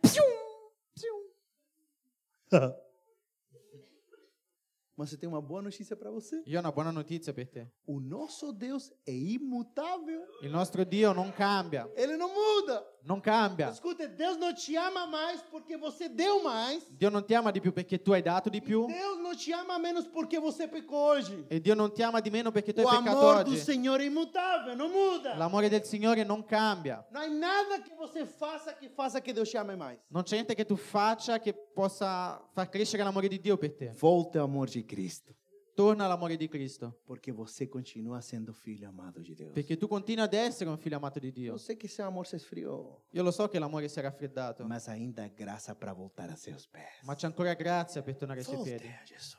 Speaker 1: Mas eu tenho uma boa notícia para você:
Speaker 2: Io ho una buona notizia per te.
Speaker 1: o nosso Deus é imutável,
Speaker 2: Il nostro Dio non cambia,
Speaker 1: ele não muda.
Speaker 2: non cambia.
Speaker 1: Escuta, Deus não te ama mais porque você deu mais.
Speaker 2: Dio non ti ama di più perché tu hai dato di più
Speaker 1: Deus não te ama menos porque você pecou hoje.
Speaker 2: e Dio non ti ama di meno perché tu
Speaker 1: O
Speaker 2: hai peccato
Speaker 1: amor do
Speaker 2: oggi.
Speaker 1: Senhor é imutável, não muda.
Speaker 2: L'amore del Signore non cambia.
Speaker 1: Não há nada que você faça que faça que Deus te ame mais.
Speaker 2: Non c'è niente che tu faccia che possa far crescere l'amore di Dio per te.
Speaker 1: Volte ao amor de Cristo,
Speaker 2: Torna all'amore di Cristo,
Speaker 1: porque você continua sendo filho amado de Deus.
Speaker 2: perché tu continui ad essere un figlio amato di Dio.
Speaker 1: Eu sei que seu amor se esfriou,
Speaker 2: Io lo so che l'amore si è raffreddato,
Speaker 1: mas ainda há graça para voltar a seus pés.
Speaker 2: ma c'è ancora grazia per tornare ai suoi
Speaker 1: Volte
Speaker 2: piedi.
Speaker 1: a Jesus.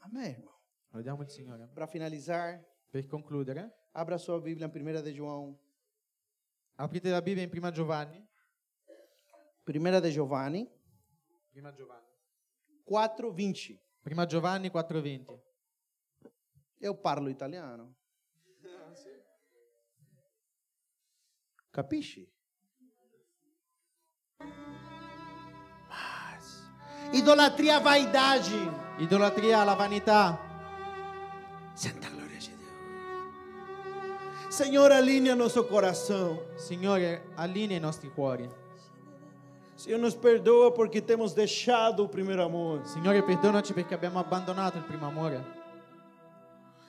Speaker 1: Amém, irmão.
Speaker 2: Vediamo il Signore.
Speaker 1: Para finalizar,
Speaker 2: Per concludere,
Speaker 1: abra sua Bíblia em 1 de João,
Speaker 2: aprite la Bibbia in Prima Giovanni.
Speaker 1: 1 de Giovanni
Speaker 2: Prima Giovanni.
Speaker 1: 4:20.
Speaker 2: Prima Giovanni 4:20.
Speaker 1: Eu parlo italiano. Capisci? Mas idolatria, vaidade,
Speaker 2: Idolatria alla vanità.
Speaker 1: santa glória de Deus. Senhor, alinha nosso coração.
Speaker 2: Signore, allinea i nostri cuori.
Speaker 1: Senhor, nos perdoa porque temos deixado o primeiro amor.
Speaker 2: Signore, perdonaci perché abbiamo abbandonato il primo amore.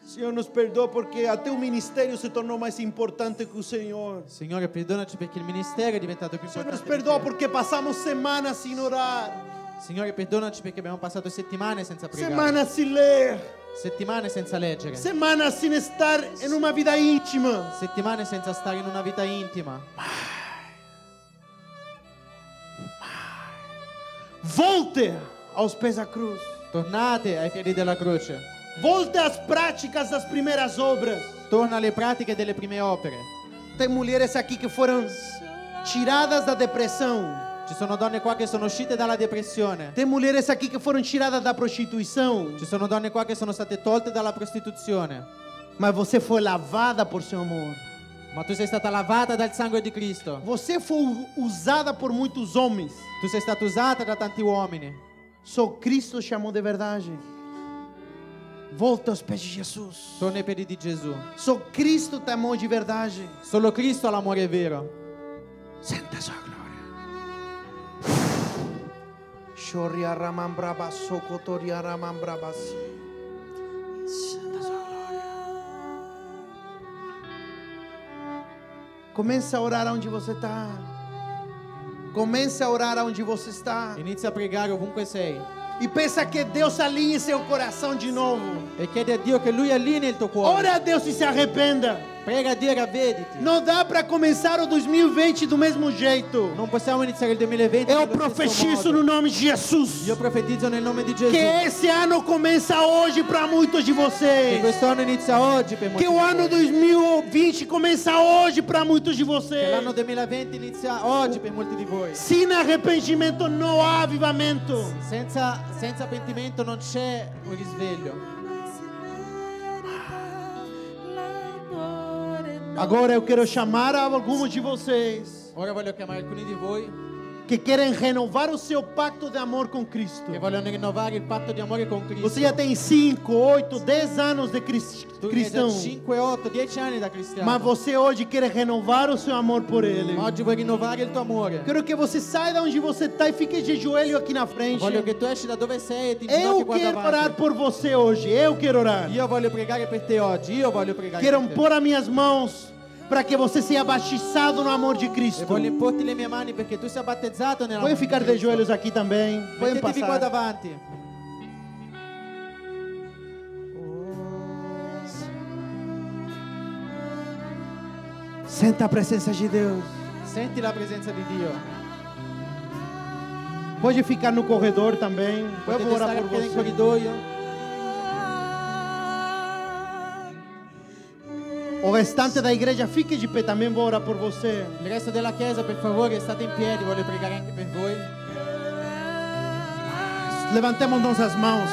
Speaker 1: Senhor, nos perdoa porque até o ministério se tornou mais importante que o Senhor.
Speaker 2: Signore, perdonaci perché il ministero è diventato più
Speaker 1: Senhor, nos
Speaker 2: importante.
Speaker 1: perdoa
Speaker 2: di
Speaker 1: porque passamos semanas sem orar.
Speaker 2: te. Signore, perdonaci perché abbiamo passato settimane senza pregare.
Speaker 1: Semanas sem ler,
Speaker 2: Settimane senza leggere.
Speaker 1: semanas sem estar em uma vida íntima.
Speaker 2: settimane senza stare in una vita intima.
Speaker 1: Volte aos pés da cruz.
Speaker 2: Tornate ai piedi della croce.
Speaker 1: Volte às práticas das primeiras obras.
Speaker 2: Torna alle pratiche delle prime opere.
Speaker 1: Tem mulheres aqui que foram tiradas da depressão.
Speaker 2: Ci sono donne qua che sono uscite dalla depressione.
Speaker 1: Tem mulheres aqui que foram tiradas da prostituição.
Speaker 2: Ci sono donne qua che sono state tolte dalla prostituzione.
Speaker 1: Mas você foi lavada por seu amor.
Speaker 2: Ma tu sei stata lavata dal sangue di Cristo.
Speaker 1: Você foi usada por muitos homens.
Speaker 2: Tu sei stata usata da tanti uomini.
Speaker 1: Só Cristo te amou de verdade. Volta aos pés de Jesus.
Speaker 2: Torna ai piedi di Gesù.
Speaker 1: Só Cristo te amou de verdade.
Speaker 2: Solo Cristo ha l'amore vero.
Speaker 1: Senta sua glória. Shoria raman braba sokotoria raman braba. Senta sua glória. Comece a orar onde você está. Comece a orar onde você está.
Speaker 2: Inizia a pregare ovunque sei.
Speaker 1: E pensa que Deus alinhe seu coração de novo.
Speaker 2: E chiedi a Dio che Lui allinei il tuo cuore.
Speaker 1: Ora a Deus e se arrependa.
Speaker 2: Prega a Dio e ravvediti.
Speaker 1: Não dá para começar o 2020 do mesmo jeito.
Speaker 2: Non possiamo iniziare il 2020
Speaker 1: Eu
Speaker 2: nello stesso
Speaker 1: profetizo
Speaker 2: modo.
Speaker 1: no nome de Jesus.
Speaker 2: Io profetizzo nel nome di Gesù
Speaker 1: Que esse ano começa hoje para muitos de
Speaker 2: che
Speaker 1: vocês.
Speaker 2: questo anno inizia oggi per molti
Speaker 1: Que o
Speaker 2: di
Speaker 1: ano
Speaker 2: voi.
Speaker 1: 2020 começa hoje para muitos de
Speaker 2: Che
Speaker 1: vocês.
Speaker 2: l'anno 2020 inizia oggi per molti di voi.
Speaker 1: Sem arrependimento não há avivamento.
Speaker 2: Senza, senza pentimento non c'è un risveglio.
Speaker 1: Agora eu quero chamar a alguns de vocês
Speaker 2: Ora voglio chiamare alcuni di voi
Speaker 1: que querem renovar o seu pacto de amor com Cristo.
Speaker 2: che vogliono rinnovare il patto di amore con Cristo.
Speaker 1: Você já tem 5, 8, 10 anos de cris-
Speaker 2: tu hai già
Speaker 1: cristão.
Speaker 2: 5, 8, 10 anni da cristiano.
Speaker 1: Mas você hoje quer renovar o seu amor por Ele.
Speaker 2: Ma oggi vuoi rinnovare il tuo amore.
Speaker 1: Quero que você saia de onde você está e fique de joelho aqui na frente.
Speaker 2: Voglio che tu esci da dove sei e ti inginocchi
Speaker 1: Eu
Speaker 2: qua
Speaker 1: quero orar
Speaker 2: davanti.
Speaker 1: por você hoje. Eu quero orar.
Speaker 2: Io voglio pregare per te oggi. Io voglio pregare
Speaker 1: Quero
Speaker 2: per te.
Speaker 1: impor as minhas mãos para que você seja batizado no amor de
Speaker 2: E
Speaker 1: Cristo.
Speaker 2: voglio importi le mie mani perché tu sia battezzato nella
Speaker 1: Podem
Speaker 2: mano di
Speaker 1: ficar de
Speaker 2: Cristo.
Speaker 1: joelhos aqui também. Podem
Speaker 2: Mettetevi qua
Speaker 1: passar.
Speaker 2: davanti.
Speaker 1: Senta a presença de Deus.
Speaker 2: Senti la presenza di Dio.
Speaker 1: Pode ficar no corredor também. Eu
Speaker 2: Potete
Speaker 1: vou orar
Speaker 2: stare
Speaker 1: por
Speaker 2: anche nel
Speaker 1: você.
Speaker 2: corridoio.
Speaker 3: Thank
Speaker 1: O restante da igreja fique de pé, também vou orar por você.
Speaker 2: Il resto della chiesa, per favore, state in piedi, voglio pregare anche per voi.
Speaker 1: Levantemos nossas mãos.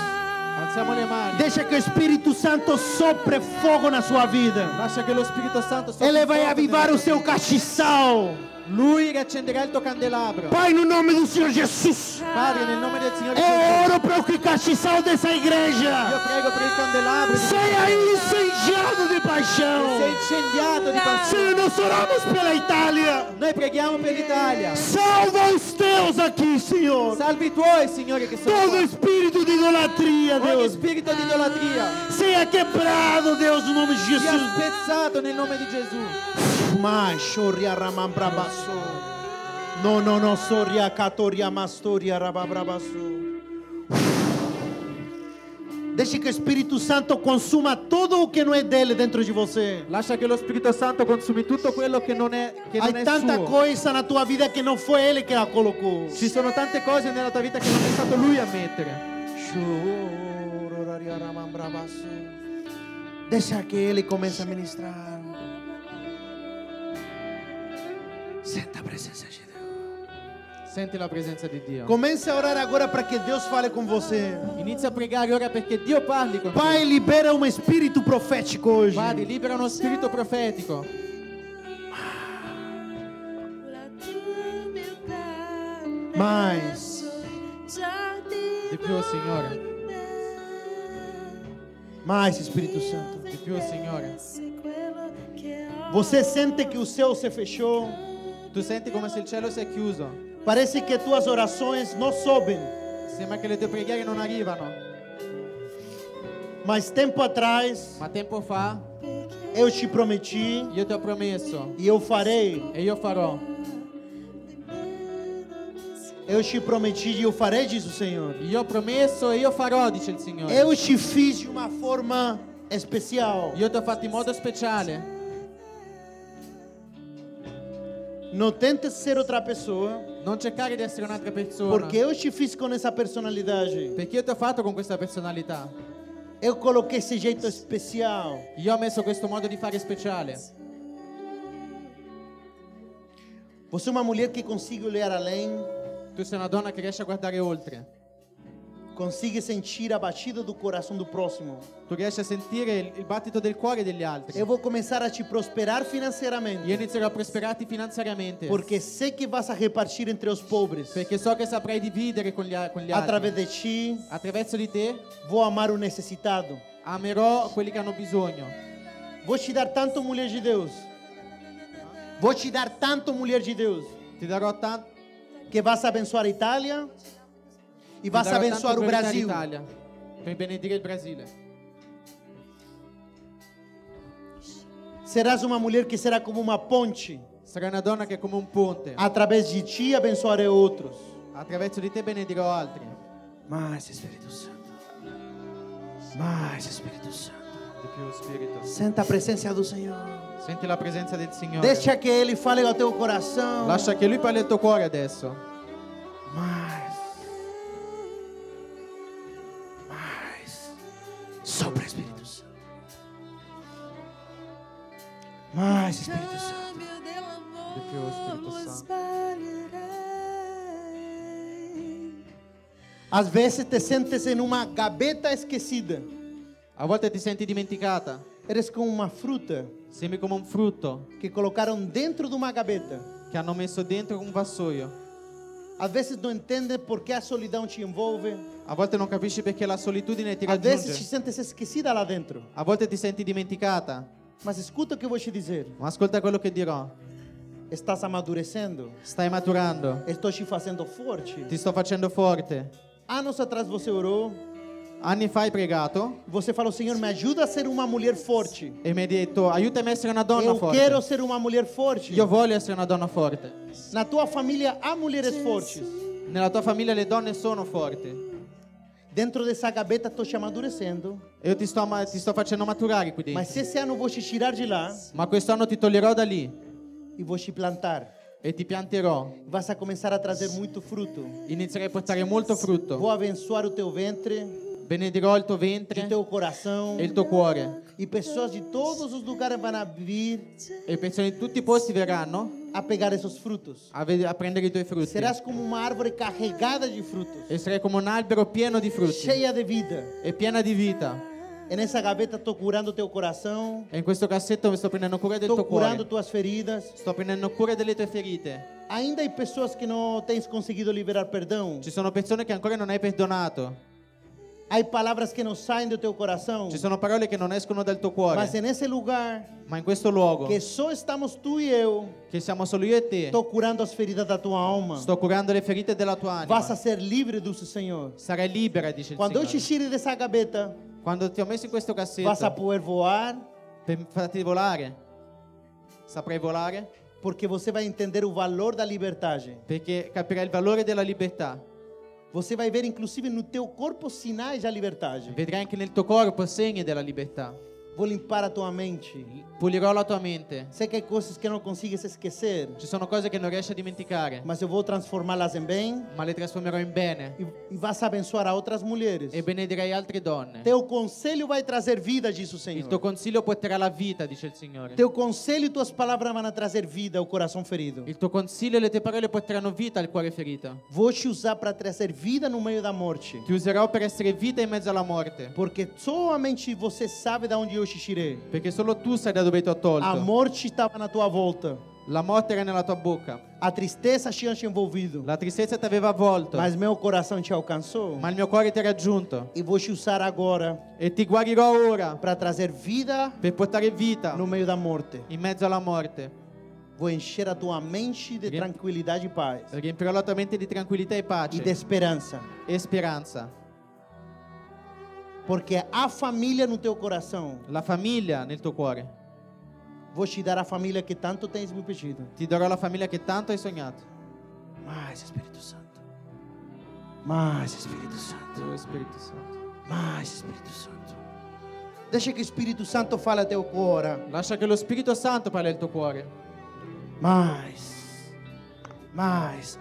Speaker 2: Alziamo le mani.
Speaker 1: Deixa que o Espírito Santo sopre fogo na sua vida.
Speaker 2: Lascia che lo Spirito Santo sopra
Speaker 1: Ele
Speaker 2: il
Speaker 1: vai
Speaker 2: fuoco
Speaker 1: avivar
Speaker 2: nella
Speaker 1: o
Speaker 2: tua
Speaker 1: seu
Speaker 2: vita.
Speaker 1: castiçal.
Speaker 2: Lui riaccenderà il tuo candelabro.
Speaker 1: Pai, no nome do Senhor Jesus.
Speaker 2: Padre, nel nome del Signore Gesù,
Speaker 1: É Eu oro para que o castiçal dessa igreja
Speaker 2: io prego per il candelabro che
Speaker 1: seja incendiado de paixão.
Speaker 2: sei incendiato di passione.
Speaker 1: Senhor, nós oramos pela Itália.
Speaker 2: Noi preghiamo per l'Italia.
Speaker 1: Salva os teus aqui, Senhor.
Speaker 2: Salvi i tuoi, Signore, che sono
Speaker 1: Todo
Speaker 2: qua.
Speaker 1: espírito de idolatria,
Speaker 2: Ogni
Speaker 1: Deus.
Speaker 2: spirito di idolatria
Speaker 1: Seja quebrado, Deus, no nome de
Speaker 2: sia
Speaker 1: Jesus.
Speaker 2: spezzato nel nome di Gesù.
Speaker 1: Mashoria ramambrabaso. No, no, no, soria catoria mastoria rababrabaso. Deixe que o Espírito Santo consuma tudo o que não é dele dentro de você.
Speaker 2: Lascia che lo Spirito Santo consumi tutto quello che non è, che
Speaker 1: Há
Speaker 2: non è
Speaker 1: tanta
Speaker 2: suo.
Speaker 1: coisa na tua vida que não foi ele que a colocou.
Speaker 2: Ci sono tante cose nella tua vita che non è stato lui a mettere.
Speaker 1: Shororaria ramambrabaso. Deixa que ele comece a ministrar. Senta a presença de Deus.
Speaker 2: Senti la presenza di Dio.
Speaker 1: Comece a orar agora para que Deus fale com você.
Speaker 2: Inizia a pregare ora perché Dio parli con te.
Speaker 1: Pai, libera um espírito profético hoje.
Speaker 2: Padre, libera uno spirito profetico.
Speaker 1: Mais.
Speaker 2: Di più, Signore.
Speaker 1: Mais, Espírito Santo.
Speaker 2: Di più, Signore.
Speaker 1: Você sente que o céu se fechou.
Speaker 2: Tu senti come se il cielo si è chiuso.
Speaker 1: Parece que tuas orações não sobem.
Speaker 2: Sembra che le tue preghiere non arrivano.
Speaker 1: Mas tempo atrás
Speaker 2: Ma tempo fa
Speaker 1: eu te prometi
Speaker 2: io ti ho promesso
Speaker 1: e eu farei.
Speaker 2: e io farò.
Speaker 1: Eu te prometi e eu farei, diz o Senhor.
Speaker 2: Io ho promesso e io farò, dice il Signore.
Speaker 1: Eu te fiz de uma forma especial.
Speaker 2: Io ti ho fatto in modo speciale.
Speaker 1: Não tente ser outra pessoa,
Speaker 2: Non cercare di essere un'altra persona.
Speaker 1: porque eu te fiz com essa personalidade.
Speaker 2: Perché io ti ho fatto con questa personalità.
Speaker 1: Eu coloquei esse jeito especial.
Speaker 2: Io ho messo questo modo di fare speciale.
Speaker 1: Você é uma mulher que consegue olhar além,
Speaker 2: Tu sei una donna che riesce a guardare oltre.
Speaker 1: consegue sentir a batida do coração do próximo.
Speaker 2: Tu riesci a sentire il, il battito del cuore degli altri.
Speaker 1: Eu vou começar a te prosperar
Speaker 2: Io
Speaker 1: financeiramente,
Speaker 2: inizierò a prosperarti finanziariamente.
Speaker 1: porque sei que vas a repartir entre os pobres.
Speaker 2: Perché so che saprai dividere con gli, a- con gli altri.
Speaker 1: Através de ti,
Speaker 2: Attraverso di te
Speaker 1: vou amar o necessitado.
Speaker 2: amerò quelli che hanno bisogno.
Speaker 1: Vou te dar tanto mulher de Deus. Vou te dar tanto mulher de Deus,
Speaker 2: Ti darò tanto.
Speaker 1: que vas abençoar a Itália e
Speaker 2: Ti
Speaker 1: vas
Speaker 2: darò
Speaker 1: abençoar
Speaker 2: tanto
Speaker 1: o
Speaker 2: per
Speaker 1: Brasil.
Speaker 2: aiutare l'Italia, Per benedire il Brasile.
Speaker 1: Serás uma mulher que será como uma ponte.
Speaker 2: Sarai una donna che è come un ponte.
Speaker 1: Ah. Através de ti abençoarei outros.
Speaker 2: Attraverso di te benedirò altri.
Speaker 1: Mais Espírito Santo. Mais Espírito Santo.
Speaker 2: Di più, Spirito.
Speaker 1: Senta a presença do Senhor.
Speaker 2: Senti la presenza del Signore.
Speaker 1: Deixa que Ele fale ao teu coração.
Speaker 2: Lascia che Lui parli al tuo cuore adesso.
Speaker 1: Mais. Mais. Sopra Espírito Santo. Mais Espírito Santo.
Speaker 2: Di più, Spirito Santo.
Speaker 1: Às vezes te sentes em uma gaveta esquecida.
Speaker 2: A volte ti senti dimenticata.
Speaker 1: Eres como uma fruta
Speaker 2: Sembri come un frutto
Speaker 1: que colocaram dentro de uma gaveta.
Speaker 2: che hanno messo dentro un vassoio.
Speaker 1: Às vezes não entende porque a solidão te envolve.
Speaker 2: A volte non capisci perché la solitudine ti
Speaker 1: Às vezes te
Speaker 2: raggiunge.
Speaker 1: sentes esquecida lá dentro.
Speaker 2: A volte ti senti dimenticata.
Speaker 1: Mas escuta o que eu vou te dizer.
Speaker 2: Ma ascolta quello che dirò.
Speaker 1: Estás amadurecendo.
Speaker 2: Stai maturando.
Speaker 1: Estou te fazendo forte.
Speaker 2: Ti sto facendo forte.
Speaker 1: Anos atrás você orou.
Speaker 2: Anni fa hai pregato
Speaker 1: Você falou, Senhor, me ajuda a ser uma mulher forte.
Speaker 2: e mi hai detto aiutami a essere una donna
Speaker 1: Eu
Speaker 2: forte.
Speaker 1: quero ser uma mulher forte.
Speaker 2: Io voglio essere una donna forte.
Speaker 1: Na tua família há mulheres fortes.
Speaker 2: Nella tua famiglia le donne sono forti.
Speaker 1: Dentro dessa gaveta estou te amadurecendo.
Speaker 2: Io ti sto, ma- ti sto facendo maturare qui dentro.
Speaker 1: Mas esse ano vou te tirar de lá
Speaker 2: Ma quest'anno ti toglierò da lì
Speaker 1: e vou te plantar.
Speaker 2: e ti pianterò.
Speaker 1: Vas a começar a trazer muito fruto.
Speaker 2: Inizierai a portare molto frutto.
Speaker 1: Vou abençoar o teu ventre.
Speaker 2: benedirò il tuo
Speaker 1: de
Speaker 2: ventre
Speaker 1: teu coração.
Speaker 2: e il tuo cuore.
Speaker 1: E pessoas de todos os lugares vão vir
Speaker 2: E persone di tutti i posti verranno
Speaker 1: a pegar esses frutos.
Speaker 2: a, ved- a prendere i tuoi frutti.
Speaker 1: Serás como uma árvore carregada de frutos,
Speaker 2: E sarai come un albero pieno di frutti
Speaker 1: cheia de vida.
Speaker 2: e piena di vita.
Speaker 1: E nessa gaveta estou curando teu coração,
Speaker 2: E in questo cassetto mi sto prendendo cura del tuo
Speaker 1: estou curando
Speaker 2: cuore.
Speaker 1: tuas feridas.
Speaker 2: Sto prendendo cura delle tue ferite.
Speaker 1: Ainda há pessoas que não tens conseguido liberar perdão.
Speaker 2: Ci sono persone che ancora non hai perdonato.
Speaker 1: Há palavras que não saem do teu coração.
Speaker 2: Ci sono parole che non escono dal tuo
Speaker 1: Mas
Speaker 2: cuore.
Speaker 1: é nesse lugar
Speaker 2: Ma in questo luogo,
Speaker 1: que só estamos tu e eu,
Speaker 2: che siamo solo io e te,
Speaker 1: estou curando as feridas da tua alma.
Speaker 2: sto curando le ferite della tua anima.
Speaker 1: Vas a ser livre do Senhor.
Speaker 2: Sarai libera, dice il
Speaker 1: Quando eu te
Speaker 2: Signore.
Speaker 1: tire dessa gaveta,
Speaker 2: Quando ti ho messo in questo
Speaker 1: vas a
Speaker 2: cassetto
Speaker 1: poder voar,
Speaker 2: per farti volare, saprai volare
Speaker 1: porque você vai entender o valor da libertagem.
Speaker 2: perché capirai il valore della libertà.
Speaker 1: Você vai ver, inclusive, no teu corpo sinais da libertagem.
Speaker 2: Vedrai anche nel tuo corpo segni della libertà.
Speaker 1: Vou limpar a tua mente.
Speaker 2: Pulirò la tua mente.
Speaker 1: Sei que há coisas que não consegues esquecer,
Speaker 2: Ci sono cose che non riesci a dimenticare,
Speaker 1: mas eu vou transformá-las em bem
Speaker 2: ma le trasformerò in bene
Speaker 1: e, e vas abençoar a outras mulheres.
Speaker 2: e benedirai altre donne.
Speaker 1: Teu conselho vai trazer vida, diz o
Speaker 2: Il
Speaker 1: Senhor.
Speaker 2: tuo consiglio porterà la vita, dice il Signore.
Speaker 1: Teu conselho e tuas palavras vão trazer vida ao coração ferido.
Speaker 2: Il tuo consiglio e le tue parole porteranno vita al cuore ferito.
Speaker 1: Vou te usar para trazer vida no meio da morte.
Speaker 2: Ti userò per essere vita in mezzo alla morte,
Speaker 1: Porque somente você sabe de onde eu te tirei.
Speaker 2: perché solo tu sai da dove ti ho tolto.
Speaker 1: A morte estava na tua volta.
Speaker 2: La morte era nella tua bocca.
Speaker 1: A tristeza tinha te envolvido.
Speaker 2: La tristezza ti aveva avvolto,
Speaker 1: Mas meu coração te alcançou.
Speaker 2: ma il mio cuore ti ha raggiunto.
Speaker 1: E vou te usar agora
Speaker 2: E ti guarirò ora
Speaker 1: para trazer vida
Speaker 2: per portare vita
Speaker 1: no meio da morte.
Speaker 2: in mezzo alla morte.
Speaker 1: Vou encher a tua mente de
Speaker 2: Rim-
Speaker 1: tranquilidade e paz.
Speaker 2: Riempirò la tua mente di tranquillità e
Speaker 1: E
Speaker 2: pace
Speaker 1: de esperança.
Speaker 2: e speranza.
Speaker 1: Porque há família no teu coração.
Speaker 2: La famiglia nel tuo cuore.
Speaker 1: Vou te dar a família que tanto tens me pedido.
Speaker 2: Ti darò la famiglia che tanto hai sognato.
Speaker 1: Mais Espírito Santo. Mais Espírito Santo.
Speaker 2: Oh, Spirito Santo.
Speaker 1: Mais Espírito Santo. Deixa que o Espírito Santo fale a teu cora.
Speaker 2: Lascia che lo Spirito Santo parli al tuo cuore.
Speaker 1: Mais. Mais.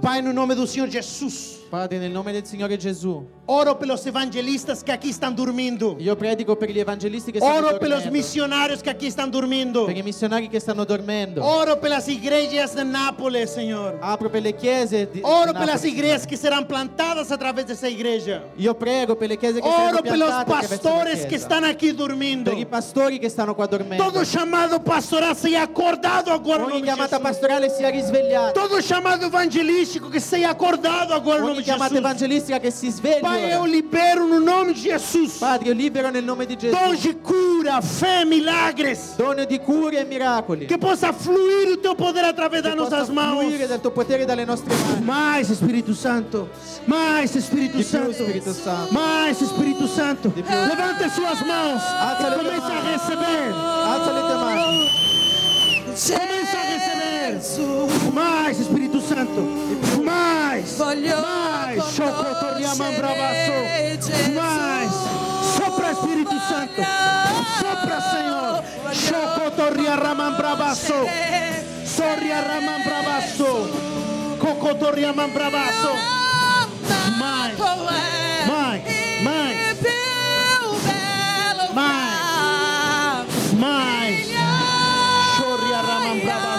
Speaker 1: Pai, no nome do Senhor Jesus,
Speaker 2: Padre, nel nome del Signore Gesù,
Speaker 1: oro pelos evangelistas que aqui estão dormindo.
Speaker 2: io predico per gli evangelisti che stanno
Speaker 1: Oro pelos
Speaker 2: dormendo,
Speaker 1: missionários que aqui estão dormindo.
Speaker 2: per i missionari che stanno dormendo.
Speaker 1: Oro pelas igrejas de Nápoles, Senhor.
Speaker 2: Apro per le chiese di
Speaker 1: Oro
Speaker 2: di Napoli,
Speaker 1: pelas igrejas
Speaker 2: Signore.
Speaker 1: que serão plantadas através dessa igreja.
Speaker 2: Io prego per le chiese che
Speaker 1: Oro
Speaker 2: saranno
Speaker 1: pelos
Speaker 2: piantate attraverso la
Speaker 1: pastores que
Speaker 2: chiesa.
Speaker 1: estão aqui dormindo.
Speaker 2: per i pastori che stanno qua dormendo.
Speaker 1: Todo chamado pastoral seja acordado agora no
Speaker 2: Ogni
Speaker 1: nome de
Speaker 2: chiamata
Speaker 1: Jesus.
Speaker 2: pastorale sia risvegliata.
Speaker 1: Todo chamado evangelístico que seja acordado agora no nome
Speaker 2: Ogni
Speaker 1: de
Speaker 2: chiamata
Speaker 1: Jesus.
Speaker 2: evangelistica che si sveglia.
Speaker 1: Pai,
Speaker 2: ora.
Speaker 1: eu libero no nome de Jesus.
Speaker 2: Padre, io libero nel nome di Gesù.
Speaker 1: Dons de cura, fé, milagres.
Speaker 2: Dono di cure e miracoli.
Speaker 1: Que possa fluir o teu poder através das
Speaker 2: possa
Speaker 1: nossas mãos.
Speaker 2: fluire dal tuo potere e dalle nostre mani.
Speaker 1: Mais Espírito Santo. Mais Espírito
Speaker 2: Di più,
Speaker 1: Santo.
Speaker 2: Spirito Santo.
Speaker 1: Mais Espírito Santo.
Speaker 2: Di più.
Speaker 1: Levanta as suas mãos.
Speaker 2: Alza
Speaker 1: E
Speaker 2: le
Speaker 1: começa
Speaker 2: mani.
Speaker 1: a receber.
Speaker 2: Alza le tue mani.
Speaker 1: Começa a receber.
Speaker 3: Gesù,
Speaker 1: Mais Espírito Santo. Mais.
Speaker 3: Voglio
Speaker 1: Mais. Chocotoriaman bravasso.
Speaker 3: conoscere
Speaker 1: Mais. Sopra Espírito Santo. Sopra Senhor. Chocotoriaman bravasso. Soria Raman bravasso. Cocotoriaman bravasso. Mai. Mai. Mai.
Speaker 3: il più bello
Speaker 1: Mai.
Speaker 3: cammino.
Speaker 1: Mais. Soria Raman bravasso.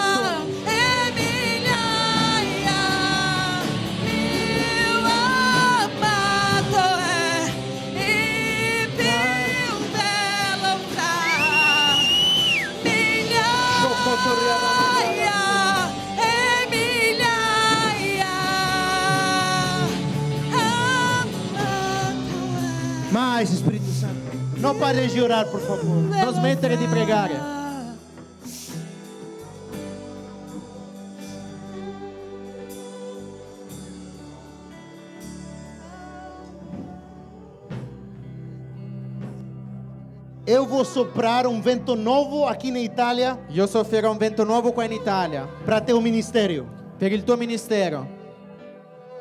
Speaker 3: E migliaia, mio amato è il più bello fra migliaia.
Speaker 1: Chocotoriaman bravasso. Mais Espírito Santo. Não pare de orar, por favor.
Speaker 2: Non smettere di pregare.
Speaker 1: Eu vou soprar um vento novo aqui na Itália
Speaker 2: Io soffierò un vento nuovo qua in Italia.
Speaker 1: para teu ministério.
Speaker 2: Per il tuo ministero.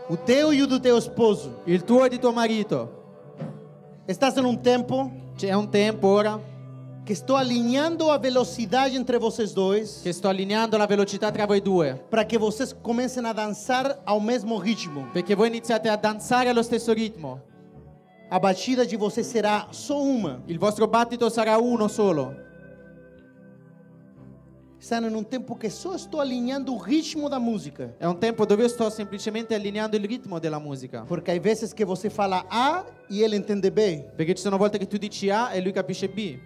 Speaker 1: O teu e o do teu esposo.
Speaker 2: Il tuo e di tuo marito.
Speaker 1: Estás em um tempo
Speaker 2: C'è un tempo ora
Speaker 1: que estou alinhando a velocidade entre vocês dois
Speaker 2: che sto allineando la velocità tra voi due.
Speaker 1: para que vocês comecem a dançar ao mesmo ritmo.
Speaker 2: Perché voi iniziate a danzare allo stesso ritmo.
Speaker 1: A batida de você será só uma.
Speaker 2: Il vostro battito sarà uno solo.
Speaker 1: Estando num um tempo que só estou alinhando o ritmo da música.
Speaker 2: È un tempo dove io sto semplicemente allineando il ritmo della musica.
Speaker 1: Porque há vezes que você fala A e ele entende B,
Speaker 2: Perché ci sono volte che tu dici A e lui capisce B.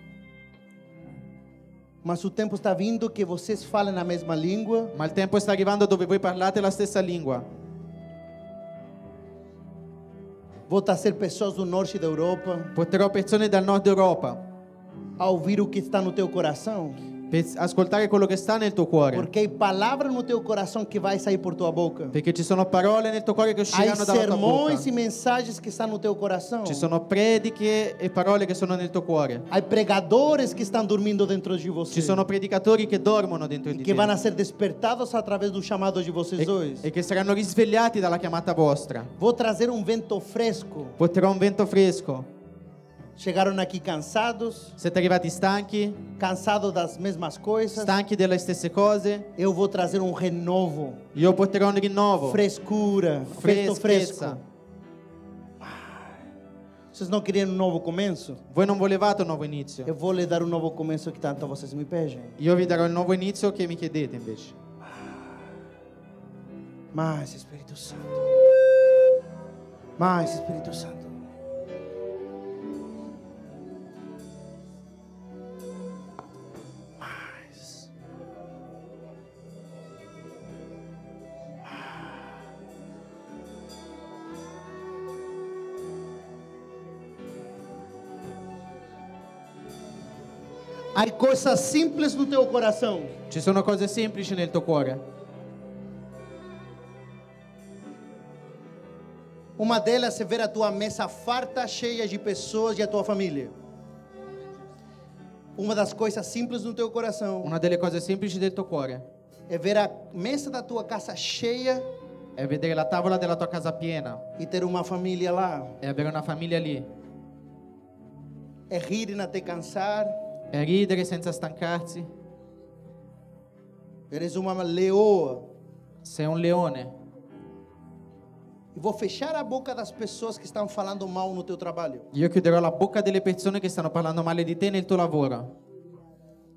Speaker 1: mas o tempo está vindo que vocês falam na mesma língua,
Speaker 2: Ma il tempo sta arrivando dove voi parlate la stessa lingua.
Speaker 1: vou trazer pessoas do norte da Europa
Speaker 2: Porterò persone dal nord Europa
Speaker 1: a ouvir o que está no teu coração,
Speaker 2: per ascoltare quello che sta nel tuo cuore.
Speaker 1: porque há palavra no teu coração que vai sair por tua boca.
Speaker 2: Perché ci sono parole nel tuo cuore che
Speaker 1: Há
Speaker 2: usciranno dalla tua bocca.
Speaker 1: sermões e mensagens que estão no teu coração.
Speaker 2: Ci sono prediche e parole che sono nel tuo cuore.
Speaker 1: Há pregadores que estão dormindo dentro de você.
Speaker 2: Ci sono predicatori che dormono dentro di
Speaker 1: que vão a
Speaker 2: te
Speaker 1: ser despertados através do chamado de vocês
Speaker 2: e,
Speaker 1: dois.
Speaker 2: e che saranno risvegliati dalla chiamata vostra.
Speaker 1: Vou trazer um vento fresco.
Speaker 2: Porterò un vento fresco.
Speaker 1: Chegaram aqui cansados,
Speaker 2: Siete arrivati stanchi,
Speaker 1: cansados das mesmas coisas.
Speaker 2: stanchi delle stesse cose.
Speaker 1: Eu vou trazer um renovo,
Speaker 2: Io porterò un rinnovo,
Speaker 1: frescura, vento fresco.
Speaker 2: freschezza.
Speaker 1: Vocês não queriam um novo começo?
Speaker 2: Voi non volevate un nuovo inizio.
Speaker 1: Eu vou lhe dar um novo começo que tanto vocês me pedem.
Speaker 2: Io vi darò il nuovo inizio che mi chiedete invece.
Speaker 1: Mais Espírito Santo. Mais Espírito Santo. Mais. Há coisas simples no teu coração.
Speaker 2: Ci sono cose semplici nel tuo cuore.
Speaker 1: Uma delas é ver a tua mesa farta, cheia de pessoas e a tua família. Uma das coisas simples no teu coração
Speaker 2: Una delle cose semplici del tuo cuore
Speaker 1: é ver a mesa da tua casa cheia
Speaker 2: è vedere la tavola della tua casa piena
Speaker 1: e ter uma família lá.
Speaker 2: e avere una famiglia lì.
Speaker 1: É rir e não te cansar.
Speaker 2: E ridere senza stancarsi.
Speaker 1: Eres uma leoa.
Speaker 2: Sei un leone.
Speaker 1: E vou fechar a boca das pessoas que estão falando mal no teu trabalho.
Speaker 2: Io chiuderò la bocca delle persone che stanno parlando male di te nel tuo lavoro.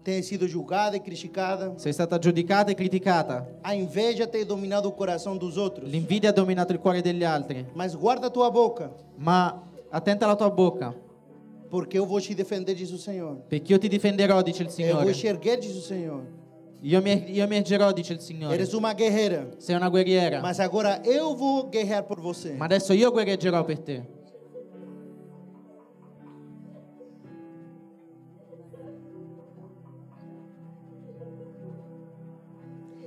Speaker 1: Tem sido julgada e criticada.
Speaker 2: Sei stata giudicata e criticata.
Speaker 1: A inveja tem dominado o coração dos outros.
Speaker 2: L'invidia ha dominato il cuore degli altri.
Speaker 1: Mas guarda a tua boca,
Speaker 2: Ma attenta alla tua bocca,
Speaker 1: porque eu vou te defender, diz o Senhor.
Speaker 2: perché io ti difenderò, dice il
Speaker 1: Eu vou
Speaker 2: Signore.
Speaker 1: te erguer, diz o Senhor.
Speaker 2: Io mi, er-, io mi ergerò, dice il Signore.
Speaker 1: Eres uma guerreira,
Speaker 2: Sei una guerriera.
Speaker 1: mas agora eu vou guerrear por você.
Speaker 2: Ma adesso io guerreggerò per te.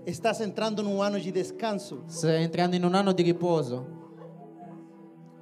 Speaker 1: Estás entrando num ano de descanso.
Speaker 2: Stai entrando in un anno di riposo.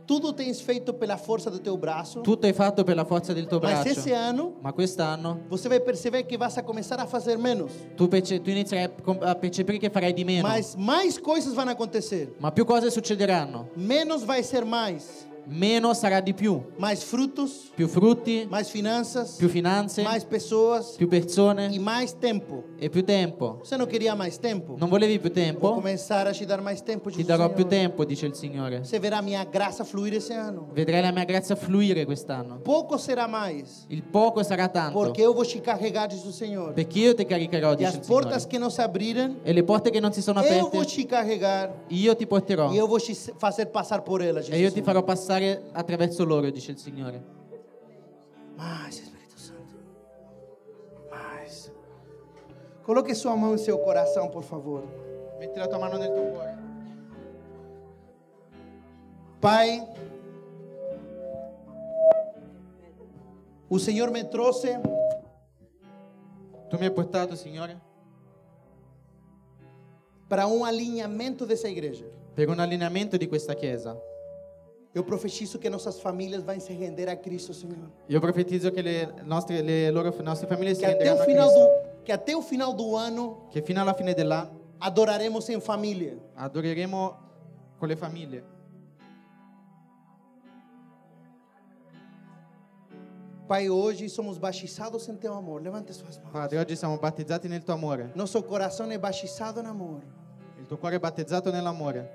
Speaker 1: Tudo tens feito pela força do teu braço,
Speaker 2: Tutto hai fatto per la forza del tuo
Speaker 1: mas esse
Speaker 2: braccio.
Speaker 1: ano
Speaker 2: Ma quest'anno
Speaker 1: você vai perceber que vas a começar a fazer menos.
Speaker 2: tu, perce- tu inizierai a com- a percepire che farai di meno.
Speaker 1: Mas mais coisas vão acontecer.
Speaker 2: Ma più cose succederanno.
Speaker 1: Menos vai ser mais.
Speaker 2: Meno sarà di più.
Speaker 1: Mais frutos,
Speaker 2: Più frutti,
Speaker 1: mais finanças,
Speaker 2: più finanze,
Speaker 1: mais pessoas
Speaker 2: più
Speaker 1: e
Speaker 2: persone
Speaker 1: mais tempo.
Speaker 2: e più tempo.
Speaker 1: Você não queria mais tempo?
Speaker 2: Non volevi più
Speaker 1: Vou
Speaker 2: tempo?
Speaker 1: começar a te dar mais tempo,
Speaker 2: Ti
Speaker 1: diz o
Speaker 2: darò
Speaker 1: Senhor.
Speaker 2: più tempo, dice il Signore.
Speaker 1: Você verá minha graça fluir esse ano.
Speaker 2: Vedrai la mia grazia fluire quest'anno.
Speaker 1: Pouco será mais.
Speaker 2: Il poco sarà tanto.
Speaker 1: Porque eu vou te carregar, diz o Senhor.
Speaker 2: Perché io ti caricherò,
Speaker 1: E
Speaker 2: dice
Speaker 1: as
Speaker 2: il
Speaker 1: portas
Speaker 2: Signore.
Speaker 1: que não se abrirem,
Speaker 2: E le porte che non si sono
Speaker 1: eu vou
Speaker 2: aperte,
Speaker 1: te carregar.
Speaker 2: io ti porterò.
Speaker 1: E eu vou te fazer passar por elas,
Speaker 2: E io
Speaker 1: Jesus.
Speaker 2: ti farò passare attraverso loro, dice il Signore.
Speaker 1: Mais, Espírito Santo. Mais. Coloque sua mão em seu coração, por favor.
Speaker 2: Metti la tua mano nel tuo cuore.
Speaker 1: Pai, o Senhor me trouxe
Speaker 2: Tu mi hai portato, Signore,
Speaker 1: para um alinhamento dessa igreja.
Speaker 2: per un allineamento di questa Chiesa.
Speaker 1: Eu profetizo que nossas famílias vão se render a Cristo, Senhor.
Speaker 2: Io profetizzo che le, nostre, le loro le nostre famiglie si
Speaker 1: Que até, o
Speaker 2: renderanno a
Speaker 1: final
Speaker 2: Cristo.
Speaker 1: do, que até o final do ano
Speaker 2: Che fino alla fine dell'anno
Speaker 1: adoraremos em família.
Speaker 2: adoreremo con le famiglie.
Speaker 1: Pai, hoje somos batizados em teu amor. Levante suas mãos.
Speaker 2: Padre, oggi siamo battezzati nel tuo amore.
Speaker 1: Nosso coração é batizado no amor.
Speaker 2: Il tuo cuore è battezzato nell'amore.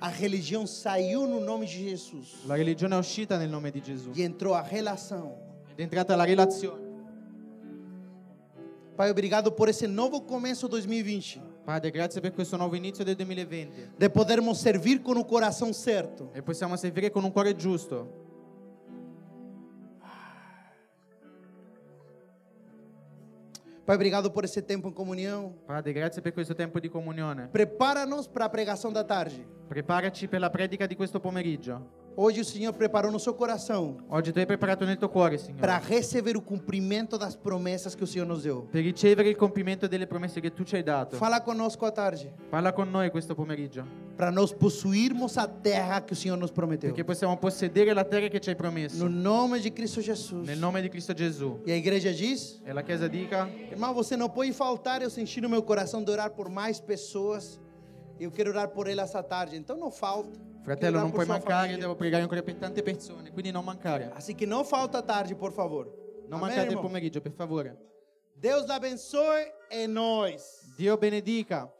Speaker 1: A religião saiu no nome de Jesus
Speaker 2: La religione è uscita nel nome di Gesù.
Speaker 1: e entrou a relação.
Speaker 2: Ed è entrata la relazione.
Speaker 1: Pai, obrigado por esse novo começo 2020,
Speaker 2: Padre, grazie per questo nuovo inizio del 2020.
Speaker 1: de podermos servir com o coração certo.
Speaker 2: E possiamo servire con un cuore giusto.
Speaker 1: Pai, obrigado por esse tempo em comunhão.
Speaker 2: Padre, grazie per questo tempo di comunione.
Speaker 1: Prepara-nos para a pregação da tarde.
Speaker 2: Preparaci per la predica di questo pomeriggio.
Speaker 1: Hoje o Senhor preparou nosso coração
Speaker 2: Oggi tu hai preparato nel tuo cuore,
Speaker 1: para
Speaker 2: Signore,
Speaker 1: receber o cumprimento das promessas que o Senhor nos deu.
Speaker 2: per ricevere il compimento delle promesse che tu ci hai dato.
Speaker 1: Fala conosco à tarde,
Speaker 2: Parla con noi questo pomeriggio,
Speaker 1: para nós possuirmos a terra que o Senhor nos prometeu.
Speaker 2: perché possiamo possedere la terra che ci hai
Speaker 1: No
Speaker 2: promesso.
Speaker 1: nome de Cristo Jesus.
Speaker 2: Nel nome di Cristo Gesù.
Speaker 1: E a igreja diz:
Speaker 2: E la Chiesa dica...
Speaker 1: Irmão, você não pode faltar. Eu senti no meu coração de orar por mais pessoas. Eu quero orar por elas à tarde. Então não falta. Quero
Speaker 2: Fratello,
Speaker 1: orar
Speaker 2: non
Speaker 1: por
Speaker 2: puoi
Speaker 1: sua
Speaker 2: mancare,
Speaker 1: família.
Speaker 2: devo pregare ancora per tante persone, quindi non mancare.
Speaker 1: Assim que não falta à tarde, por favor.
Speaker 2: Non
Speaker 1: Amém,
Speaker 2: mancate il
Speaker 1: irmão?
Speaker 2: pomeriggio, per favore.
Speaker 1: Deus abençoe e nós.
Speaker 2: Dio benedica.